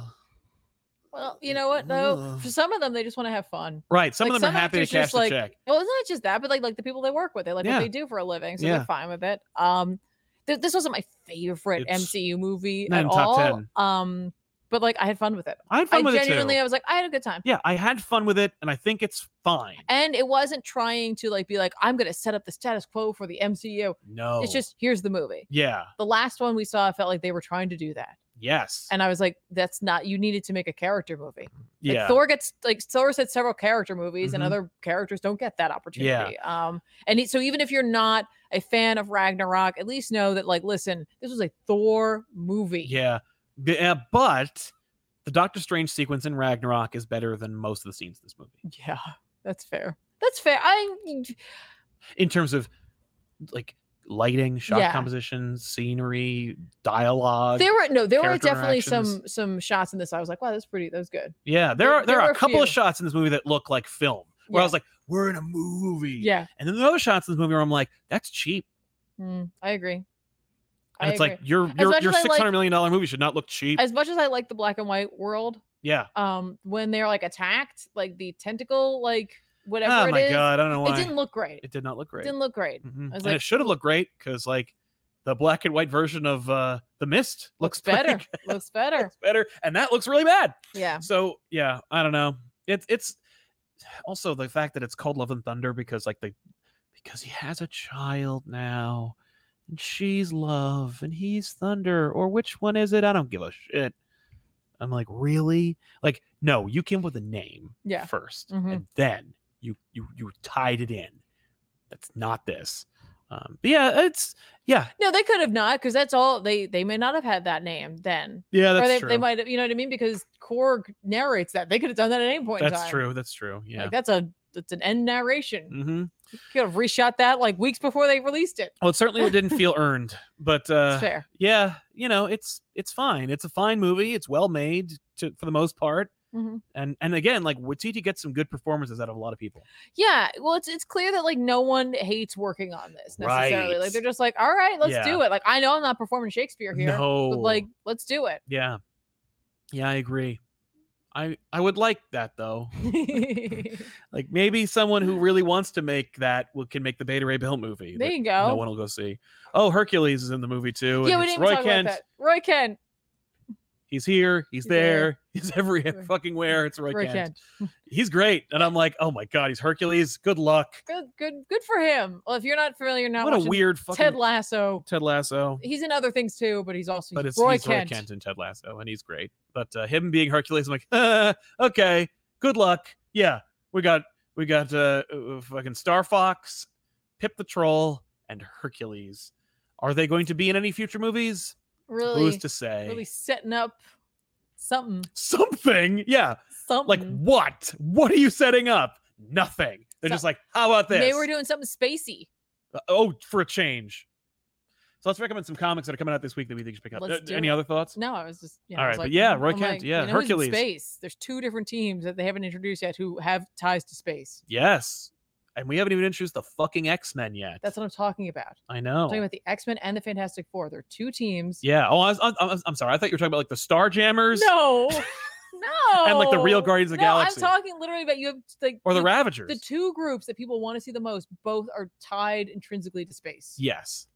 [SPEAKER 2] Well, you know what though?
[SPEAKER 1] Ugh.
[SPEAKER 2] For some of them, they just want to have fun.
[SPEAKER 1] Right. Some
[SPEAKER 2] Like,
[SPEAKER 1] of them
[SPEAKER 2] some
[SPEAKER 1] are happy to
[SPEAKER 2] actors just,
[SPEAKER 1] cash the
[SPEAKER 2] like,
[SPEAKER 1] check.
[SPEAKER 2] Well, it's not just that, but like like the people they work with, they like
[SPEAKER 1] Yeah.
[SPEAKER 2] what they do for a living, so
[SPEAKER 1] Yeah.
[SPEAKER 2] they're fine with it. Um, th- this wasn't my favorite
[SPEAKER 1] It's
[SPEAKER 2] MCU movie
[SPEAKER 1] not
[SPEAKER 2] at
[SPEAKER 1] in top
[SPEAKER 2] all.
[SPEAKER 1] 10.
[SPEAKER 2] Um, but like I had fun with it.
[SPEAKER 1] I had fun
[SPEAKER 2] I
[SPEAKER 1] with
[SPEAKER 2] genuinely,
[SPEAKER 1] it
[SPEAKER 2] I was like, I had a good time.
[SPEAKER 1] too. Yeah, I had fun with it, and I think it's fine.
[SPEAKER 2] And it wasn't trying to like be like, I'm gonna set up the status quo for the MCU.
[SPEAKER 1] No,
[SPEAKER 2] It's just here's the movie.
[SPEAKER 1] yeah,
[SPEAKER 2] The last one we saw felt like they were trying to do that.
[SPEAKER 1] yes,
[SPEAKER 2] And I was like, that's not you needed to make a character movie. Like
[SPEAKER 1] yeah.
[SPEAKER 2] Thor gets like Thor said several character movies and
[SPEAKER 1] Mhm.
[SPEAKER 2] other characters don't get that opportunity. Um and it, so even if you're not a fan of Ragnarok, at least know that like listen, this was a Thor movie.
[SPEAKER 1] Yeah. B- uh, but the Doctor Strange sequence in Ragnarok is better than most of the scenes in this movie
[SPEAKER 2] Yeah, that's fair. That's fair. I
[SPEAKER 1] in terms of like lighting, shot
[SPEAKER 2] Yeah.
[SPEAKER 1] composition, scenery, dialogue.
[SPEAKER 2] there were no there were
[SPEAKER 1] Uh, character
[SPEAKER 2] definitely some
[SPEAKER 1] interactions.
[SPEAKER 2] some shots in this. I was like, wow, that's pretty that was good.
[SPEAKER 1] yeah, there
[SPEAKER 2] there-
[SPEAKER 1] are there,
[SPEAKER 2] there
[SPEAKER 1] are
[SPEAKER 2] were
[SPEAKER 1] a
[SPEAKER 2] a
[SPEAKER 1] couple of
[SPEAKER 2] few.
[SPEAKER 1] shots in this movie that look like film. Where I
[SPEAKER 2] Yeah.
[SPEAKER 1] was like, we're in a movie.
[SPEAKER 2] Yeah.
[SPEAKER 1] And then there are other shots in this movie where I'm like, that's cheap.
[SPEAKER 2] Mm, I agree.
[SPEAKER 1] And
[SPEAKER 2] I
[SPEAKER 1] it's
[SPEAKER 2] agree.
[SPEAKER 1] like your your
[SPEAKER 2] much
[SPEAKER 1] your
[SPEAKER 2] as I like-
[SPEAKER 1] six hundred million dollar movie should not look cheap.
[SPEAKER 2] as much as I like the black and white world,
[SPEAKER 1] yeah.
[SPEAKER 2] um, when they're like attacked, like the tentacle, like whatever
[SPEAKER 1] Oh
[SPEAKER 2] it
[SPEAKER 1] my
[SPEAKER 2] is,
[SPEAKER 1] god, I don't know why
[SPEAKER 2] it didn't look great.
[SPEAKER 1] It did not look great.
[SPEAKER 2] Didn't look great.
[SPEAKER 1] Mhm.
[SPEAKER 2] was
[SPEAKER 1] And
[SPEAKER 2] like,
[SPEAKER 1] it should have looked great because like the black and white version of uh the mist looks,
[SPEAKER 2] Looks
[SPEAKER 1] pretty
[SPEAKER 2] better.
[SPEAKER 1] good.
[SPEAKER 2] Looks better.
[SPEAKER 1] It's better, and that looks really bad.
[SPEAKER 2] Yeah.
[SPEAKER 1] So yeah, I don't know. It's it's also the fact that it's called Love and Thunder because like the because he has a child now, and she's love and he's thunder, or which one is it? I don't give a shit. I'm like really like no, you came up with a name
[SPEAKER 2] Yeah.
[SPEAKER 1] 1st
[SPEAKER 2] Mhm.
[SPEAKER 1] and then you you you tied it in. That's not this. Um, but yeah, it's yeah
[SPEAKER 2] No, they could have not, because that's all they they may not have had that name then.
[SPEAKER 1] yeah that's
[SPEAKER 2] or they,
[SPEAKER 1] true.
[SPEAKER 2] they might have, you know what I mean? Because Korg narrates that. They could have done that at any point in
[SPEAKER 1] that's
[SPEAKER 2] time.
[SPEAKER 1] true. That's true. Yeah.
[SPEAKER 2] Like that's a that's an end narration.
[SPEAKER 1] mm-hmm.
[SPEAKER 2] You could have reshot that like weeks before they released it.
[SPEAKER 1] Well, it certainly didn't feel earned, but uh,
[SPEAKER 2] It's fair.
[SPEAKER 1] yeah, you know, it's it's fine. It's a fine movie. It's well made to, for the most part,
[SPEAKER 2] Mhm.
[SPEAKER 1] and and again, like Watiti gets some good performances out of a lot of people.
[SPEAKER 2] Yeah, well, it's it's clear that like no one hates working on this necessarily.
[SPEAKER 1] Right.
[SPEAKER 2] Like they're just like, all right, let's
[SPEAKER 1] Yeah.
[SPEAKER 2] do it. Like I know I'm not performing Shakespeare here,
[SPEAKER 1] no,
[SPEAKER 2] but like let's do it.
[SPEAKER 1] yeah, yeah, I agree. I I would like that though.
[SPEAKER 2] there
[SPEAKER 1] Like maybe someone who really wants to make that will, can make the Beta Ray Bill movie. that
[SPEAKER 2] you
[SPEAKER 1] No
[SPEAKER 2] go.
[SPEAKER 1] one will go see. Oh, Hercules is in the movie too.
[SPEAKER 2] yeah,
[SPEAKER 1] and
[SPEAKER 2] we
[SPEAKER 1] it's
[SPEAKER 2] didn't
[SPEAKER 1] Roy
[SPEAKER 2] even talk
[SPEAKER 1] Kent.
[SPEAKER 2] about that. Roy Kent.
[SPEAKER 1] He's here. He's,
[SPEAKER 2] He's
[SPEAKER 1] there.
[SPEAKER 2] there.
[SPEAKER 1] He's every
[SPEAKER 2] Roy-
[SPEAKER 1] fucking where. It's Roy,
[SPEAKER 2] Roy
[SPEAKER 1] Kent.
[SPEAKER 2] Kent.
[SPEAKER 1] he's great. And I'm like, oh my god, he's Hercules. Good luck.
[SPEAKER 2] Good, good, good for him. Well, if you're not familiar, you're not
[SPEAKER 1] What a
[SPEAKER 2] watching
[SPEAKER 1] weird fucking
[SPEAKER 2] Ted Lasso.
[SPEAKER 1] Ted Lasso.
[SPEAKER 2] He's in other things too, but he's also
[SPEAKER 1] But it's
[SPEAKER 2] Roy
[SPEAKER 1] he's
[SPEAKER 2] Kent.
[SPEAKER 1] Roy Kent and Ted Lasso, and he's great. But uh, him being Hercules, I'm like, uh, okay, good luck. Yeah, we got we got uh, uh, fucking Star Fox, Pip the Troll, and Hercules. Are they going to be in any future movies? Who's
[SPEAKER 2] Really,
[SPEAKER 1] to say?
[SPEAKER 2] really setting up something,
[SPEAKER 1] Something, yeah.
[SPEAKER 2] something.
[SPEAKER 1] Like what? What are you setting up? Nothing. They're
[SPEAKER 2] So-
[SPEAKER 1] just like, how about this?
[SPEAKER 2] they were doing something spacey.
[SPEAKER 1] Uh, oh, for a change. So let's recommend some comics that are coming out this week that we think you should pick up.
[SPEAKER 2] Let's
[SPEAKER 1] Uh,
[SPEAKER 2] do
[SPEAKER 1] any
[SPEAKER 2] it.
[SPEAKER 1] other thoughts?
[SPEAKER 2] No, I was just. You know,
[SPEAKER 1] All
[SPEAKER 2] I
[SPEAKER 1] right,
[SPEAKER 2] was
[SPEAKER 1] but
[SPEAKER 2] like,
[SPEAKER 1] yeah,
[SPEAKER 2] "Mm,"
[SPEAKER 1] Roy
[SPEAKER 2] I'm
[SPEAKER 1] Kent,
[SPEAKER 2] like,
[SPEAKER 1] yeah,
[SPEAKER 2] you know who's in
[SPEAKER 1] Hercules.
[SPEAKER 2] Space. There's two different teams that they haven't introduced yet who have ties to space.
[SPEAKER 1] Yes. And we haven't even introduced the fucking X Men yet.
[SPEAKER 2] That's what I'm talking about.
[SPEAKER 1] I
[SPEAKER 2] I'm
[SPEAKER 1] know.
[SPEAKER 2] talking about the X Men and the Fantastic Four. They're two teams.
[SPEAKER 1] Yeah. Oh, I was, I, I, I'm sorry. I thought you were talking about like the Star Jammers
[SPEAKER 2] No, no.
[SPEAKER 1] and like the real Guardians of the
[SPEAKER 2] no,
[SPEAKER 1] Galaxy
[SPEAKER 2] I'm talking literally about you have like
[SPEAKER 1] or the
[SPEAKER 2] you-
[SPEAKER 1] Ravagers.
[SPEAKER 2] the two groups that people want to see the most. Both are tied intrinsically to space.
[SPEAKER 1] yes.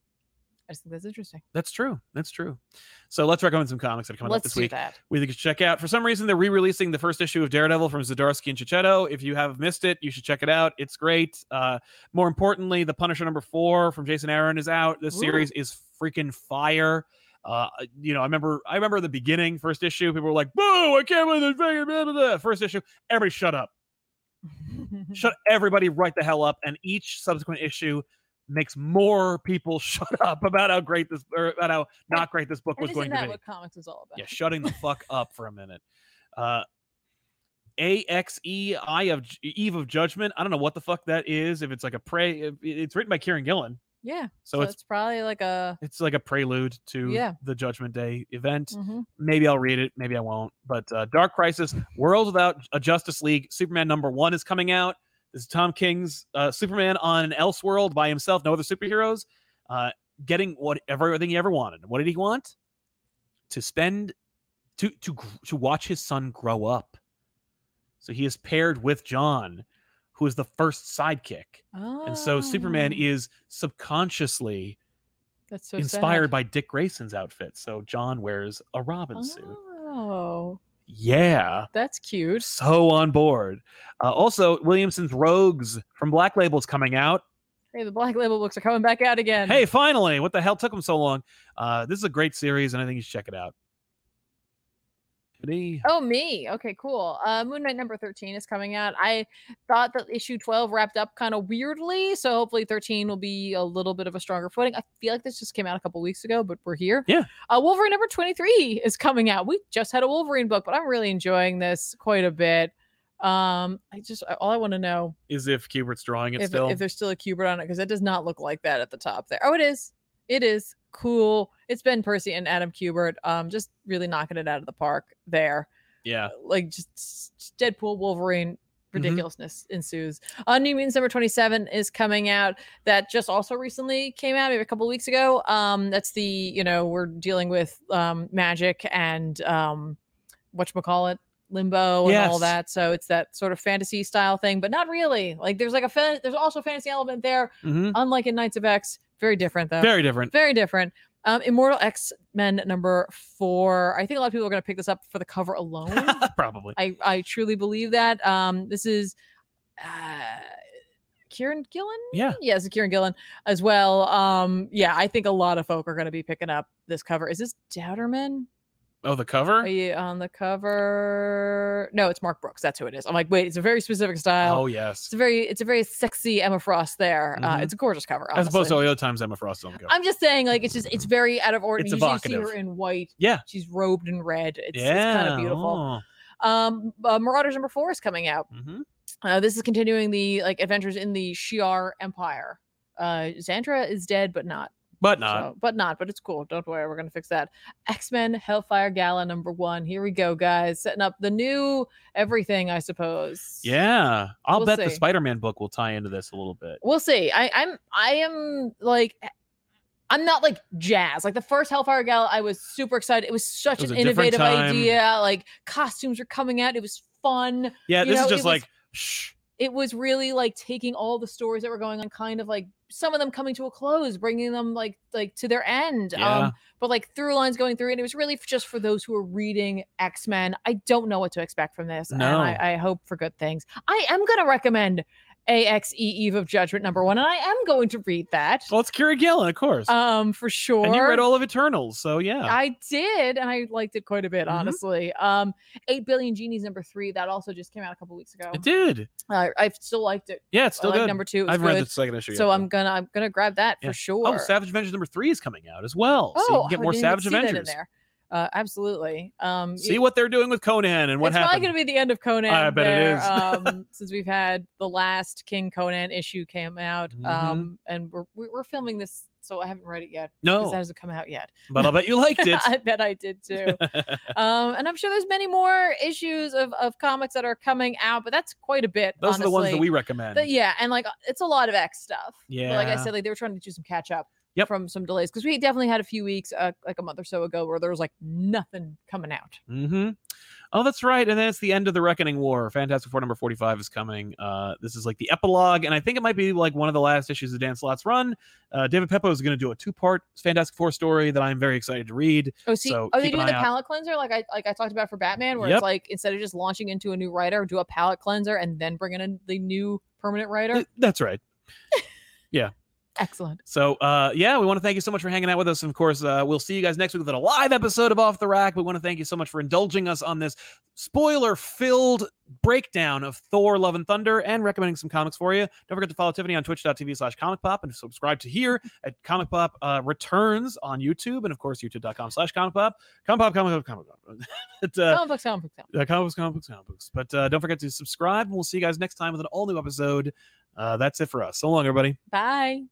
[SPEAKER 2] I just think that's interesting.
[SPEAKER 1] That's true. That's true. So let's recommend some comics that are coming out
[SPEAKER 2] Let's
[SPEAKER 1] this
[SPEAKER 2] do
[SPEAKER 1] week.
[SPEAKER 2] that.
[SPEAKER 1] we think you should check out. For some reason, they're re-releasing the first issue of Daredevil from Zdarsky and Chichetto. If you have missed it, you should check it out. It's great. Uh, more importantly, the Punisher number four from Jason Aaron is out. This
[SPEAKER 2] Ooh.
[SPEAKER 1] series is freaking fire. Uh, you know, I remember, I remember the beginning, first issue. People were like, "Boo! I can't believe they're blah, blah, blah. First issue, everybody shut up,
[SPEAKER 2] Mm-hmm.
[SPEAKER 1] shut everybody right the hell up. And each subsequent issue makes more people shut up about how great this, or about how not great this book
[SPEAKER 2] And
[SPEAKER 1] was
[SPEAKER 2] isn't
[SPEAKER 1] going to
[SPEAKER 2] that
[SPEAKER 1] be.
[SPEAKER 2] what comics is all about?
[SPEAKER 1] Yeah, shutting the fuck up for a minute. Uh AXE Eye of J- Eve of Judgment. I don't know what the fuck that is. If it's like a pray it- it's written by Kieran Gillen.
[SPEAKER 2] Yeah.
[SPEAKER 1] So,
[SPEAKER 2] so
[SPEAKER 1] it's
[SPEAKER 2] it's probably like a.
[SPEAKER 1] it's like a prelude to
[SPEAKER 2] Yeah.
[SPEAKER 1] the Judgment Day event.
[SPEAKER 2] mhm.
[SPEAKER 1] Maybe I'll read it, maybe I won't. But uh, Dark Crisis, World Without a Justice League, Superman number 1 is coming out. This is Tom King's uh, Superman on an Elseworld by himself, no other superheroes. Uh, getting what everything he ever wanted. What did he want? To spend to to gr- to watch his son grow up. So he is paired with John, who is the first sidekick,
[SPEAKER 2] Oh.
[SPEAKER 1] and so Superman e is subconsciously
[SPEAKER 2] that's so
[SPEAKER 1] inspired
[SPEAKER 2] sad.
[SPEAKER 1] by Dick Grayson's outfit. So John wears a Robin suit.
[SPEAKER 2] Oh,
[SPEAKER 1] Yeah.
[SPEAKER 2] that's cute.
[SPEAKER 1] So on board. Uh, also, Williamson's Rogues from Black Label's coming out.
[SPEAKER 2] Hey, the Black Label books are coming back out again.
[SPEAKER 1] Hey, finally! What the hell took them so long? Uh, this is a great series, and I think you should check it out. Tiffany?
[SPEAKER 2] Oh, me. Okay, cool. Uh, Moon Knight number 13 is coming out. I thought that issue 12 wrapped up kind of weirdly. So hopefully 13 will be a little bit of a stronger footing. I feel like this just came out a couple weeks ago, but we're here.
[SPEAKER 1] Yeah.
[SPEAKER 2] Uh, Wolverine number 23 is coming out. We just had a Wolverine book, but I'm really enjoying this quite a bit. Um, I just all I want to know
[SPEAKER 1] Is if Kubert's drawing it
[SPEAKER 2] if,
[SPEAKER 1] still?
[SPEAKER 2] if there's still a Cubert on it because it does not look like that at the top there. Oh, it is. It is cool. It's Ben Percy and Adam Kubert. Um, just really knocking it out of the park there
[SPEAKER 1] yeah.
[SPEAKER 2] uh, like just s- Deadpool Wolverine ridiculousness
[SPEAKER 1] Mm-hmm.
[SPEAKER 2] ensues. Uh, New Mutants number 27 is coming out. That just also recently came out maybe a couple weeks ago. Um, that's the, you know, we're dealing with um, magic and um, whatchamacallit, limbo and
[SPEAKER 1] Yes.
[SPEAKER 2] all that. So it's that sort of fantasy style thing, but not really. Like there's like a, fan- there's also a fantasy element there,
[SPEAKER 1] hmm
[SPEAKER 2] unlike in Knights of X. Very different though.
[SPEAKER 1] Very different.
[SPEAKER 2] Very different. Um, Immortal X Men number four. I think a lot of people are going to pick this up for the cover alone.
[SPEAKER 1] Probably.
[SPEAKER 2] I I truly believe that. Um, this is uh, Kieran Gillen.
[SPEAKER 1] Yeah.
[SPEAKER 2] Yes, Kieran Gillen as well. Um, yeah, I think a lot of folk are going to be picking up this cover. Is this Dowderman?
[SPEAKER 1] Oh, the cover.
[SPEAKER 2] Are you on the cover? No, it's Mark Brooks. That's who it is. I'm like, wait, it's a very specific style.
[SPEAKER 1] Oh
[SPEAKER 2] uh, It's
[SPEAKER 1] yes.
[SPEAKER 2] a very, it's a very sexy Emma Frost there. Uh,
[SPEAKER 1] Mhm.
[SPEAKER 2] it's a gorgeous cover.
[SPEAKER 1] As opposed to
[SPEAKER 2] honestly.
[SPEAKER 1] all the other times Emma Frost on the cover.
[SPEAKER 2] I'm just saying, like, it's just, it's very out of order.
[SPEAKER 1] It's
[SPEAKER 2] Usually you see her
[SPEAKER 1] evocative.
[SPEAKER 2] in white.
[SPEAKER 1] Yeah.
[SPEAKER 2] She's robed in red. It's,
[SPEAKER 1] yeah.
[SPEAKER 2] it's kind of beautiful. Um, uh, Marauders number four is coming out.
[SPEAKER 1] Oh. Mhm.
[SPEAKER 2] Uh, this is continuing the like adventures in the Shi'ar Empire. Uh, Xandra is dead, but not.
[SPEAKER 1] But not.
[SPEAKER 2] so- but not. But it's cool. Don't worry, we're gonna fix that. X Men Hellfire Gala number one. Here we go, guys. Setting up the new everything, I suppose.
[SPEAKER 1] Yeah. I'll
[SPEAKER 2] We'll
[SPEAKER 1] bet the
[SPEAKER 2] see.
[SPEAKER 1] Spider-Man book will tie into this a little bit.
[SPEAKER 2] We'll see. I, I'm. I am like. eh, I'm not like jazz. Like the first Hellfire Gala, I was super excited. It was such
[SPEAKER 1] It was
[SPEAKER 2] an
[SPEAKER 1] a different
[SPEAKER 2] innovative
[SPEAKER 1] time.
[SPEAKER 2] idea. Like costumes were coming out. It was fun.
[SPEAKER 1] Yeah.
[SPEAKER 2] You
[SPEAKER 1] This is
[SPEAKER 2] know, it
[SPEAKER 1] just
[SPEAKER 2] was-
[SPEAKER 1] like. Shh.
[SPEAKER 2] it was really like taking all the stories that were going on kind of like some of them coming to a close bringing them like like to their end
[SPEAKER 1] Yeah.
[SPEAKER 2] um but like through lines going through and it was really f- just for those who are reading x-men i don't know what to expect from this and
[SPEAKER 1] No.
[SPEAKER 2] I, I hope for good things i am going to recommend axe eve of judgment number one and i am going to read that
[SPEAKER 1] Well, it's Kira Gillen, of course.
[SPEAKER 2] um for sure
[SPEAKER 1] and you read all of Eternals, so yeah.
[SPEAKER 2] I did, and I liked it quite a bit,
[SPEAKER 1] Mhm.
[SPEAKER 2] honestly. Um, Eight Billion Genies number three that also just came out a couple weeks ago.
[SPEAKER 1] It did.
[SPEAKER 2] Uh, I still liked it.
[SPEAKER 1] Yeah, it's
[SPEAKER 2] I
[SPEAKER 1] still
[SPEAKER 2] like
[SPEAKER 1] good.
[SPEAKER 2] number two. It was
[SPEAKER 1] I've
[SPEAKER 2] good.
[SPEAKER 1] read the second issue.
[SPEAKER 2] So
[SPEAKER 1] yet,
[SPEAKER 2] I'm gonna I'm gonna grab that
[SPEAKER 1] Yeah.
[SPEAKER 2] for sure.
[SPEAKER 1] Oh, Savage Avengers number three is coming out as well. so you
[SPEAKER 2] Oh,
[SPEAKER 1] can get
[SPEAKER 2] I
[SPEAKER 1] more
[SPEAKER 2] didn't
[SPEAKER 1] Savage
[SPEAKER 2] see that in
[SPEAKER 1] Avengers.
[SPEAKER 2] there. Uh, absolutely. Um,
[SPEAKER 1] See
[SPEAKER 2] y-
[SPEAKER 1] what they're doing with Conan and what
[SPEAKER 2] it's
[SPEAKER 1] happened.
[SPEAKER 2] probably gonna be the end of Conan.
[SPEAKER 1] I bet it
[SPEAKER 2] there,
[SPEAKER 1] is.
[SPEAKER 2] um, since we've had the last King Conan issue came out,
[SPEAKER 1] Mhm.
[SPEAKER 2] um, and we're we- we're filming this, so I haven't read it yet. 'cause that
[SPEAKER 1] no,
[SPEAKER 2] hasn't come out yet.
[SPEAKER 1] but I'll bet you liked it.
[SPEAKER 2] I bet I did too. um, and I'm sure there's many more issues of of comics that are coming out, but that's quite a bit.
[SPEAKER 1] Those are the ones that
[SPEAKER 2] honestly.
[SPEAKER 1] we recommend.
[SPEAKER 2] But yeah, and like uh, it's a lot of X stuff. But like I
[SPEAKER 1] Yeah.
[SPEAKER 2] said, like they were trying to do some catch up
[SPEAKER 1] Yep.
[SPEAKER 2] from some delays because we definitely had a few weeks, uh, like a month or so ago, where there was like nothing coming out.
[SPEAKER 1] Mm-hmm. Oh, that's right. And then it's the end of the Reckoning War. Fantastic Four number forty-five is coming. Uh, this is like the epilogue, and I think it might be like one of the last issues of Dan Slott's run. Uh, David Peppo is going to do a two-part Fantastic Four story that I'm very excited to read.
[SPEAKER 2] Oh, see,
[SPEAKER 1] So
[SPEAKER 2] are they
[SPEAKER 1] keep an
[SPEAKER 2] doing
[SPEAKER 1] eye
[SPEAKER 2] the
[SPEAKER 1] out.
[SPEAKER 2] palette cleanser like I like I talked about for Batman, where
[SPEAKER 1] Yep.
[SPEAKER 2] it's like instead of just launching into a new writer, do a palette cleanser and then bring in the new permanent writer.
[SPEAKER 1] Th- That's right.
[SPEAKER 2] Excellent.
[SPEAKER 1] So, uh, yeah, we want to thank you so much for hanging out with us. And of course, uh, we'll see you guys next week with a live episode of Off the Rack. We want to thank you so much for indulging us on this spoiler filled breakdown of Thor, Love, and Thunder and recommending some comics for you. Don't forget to follow Tiffany on twitch.tv slash comic pop and subscribe to here at comic pop uh, returns on YouTube and, of course, youtube.com slash comic pop. Comic pop, comic pop, comic pop. But, uh,
[SPEAKER 2] comic books, comic books, comic books.
[SPEAKER 1] uh, comic books, comic books, comic books. But uh, don't forget to subscribe, and we'll see you guys next time with an all new episode. Uh, that's it for us. So long, everybody.
[SPEAKER 2] Bye.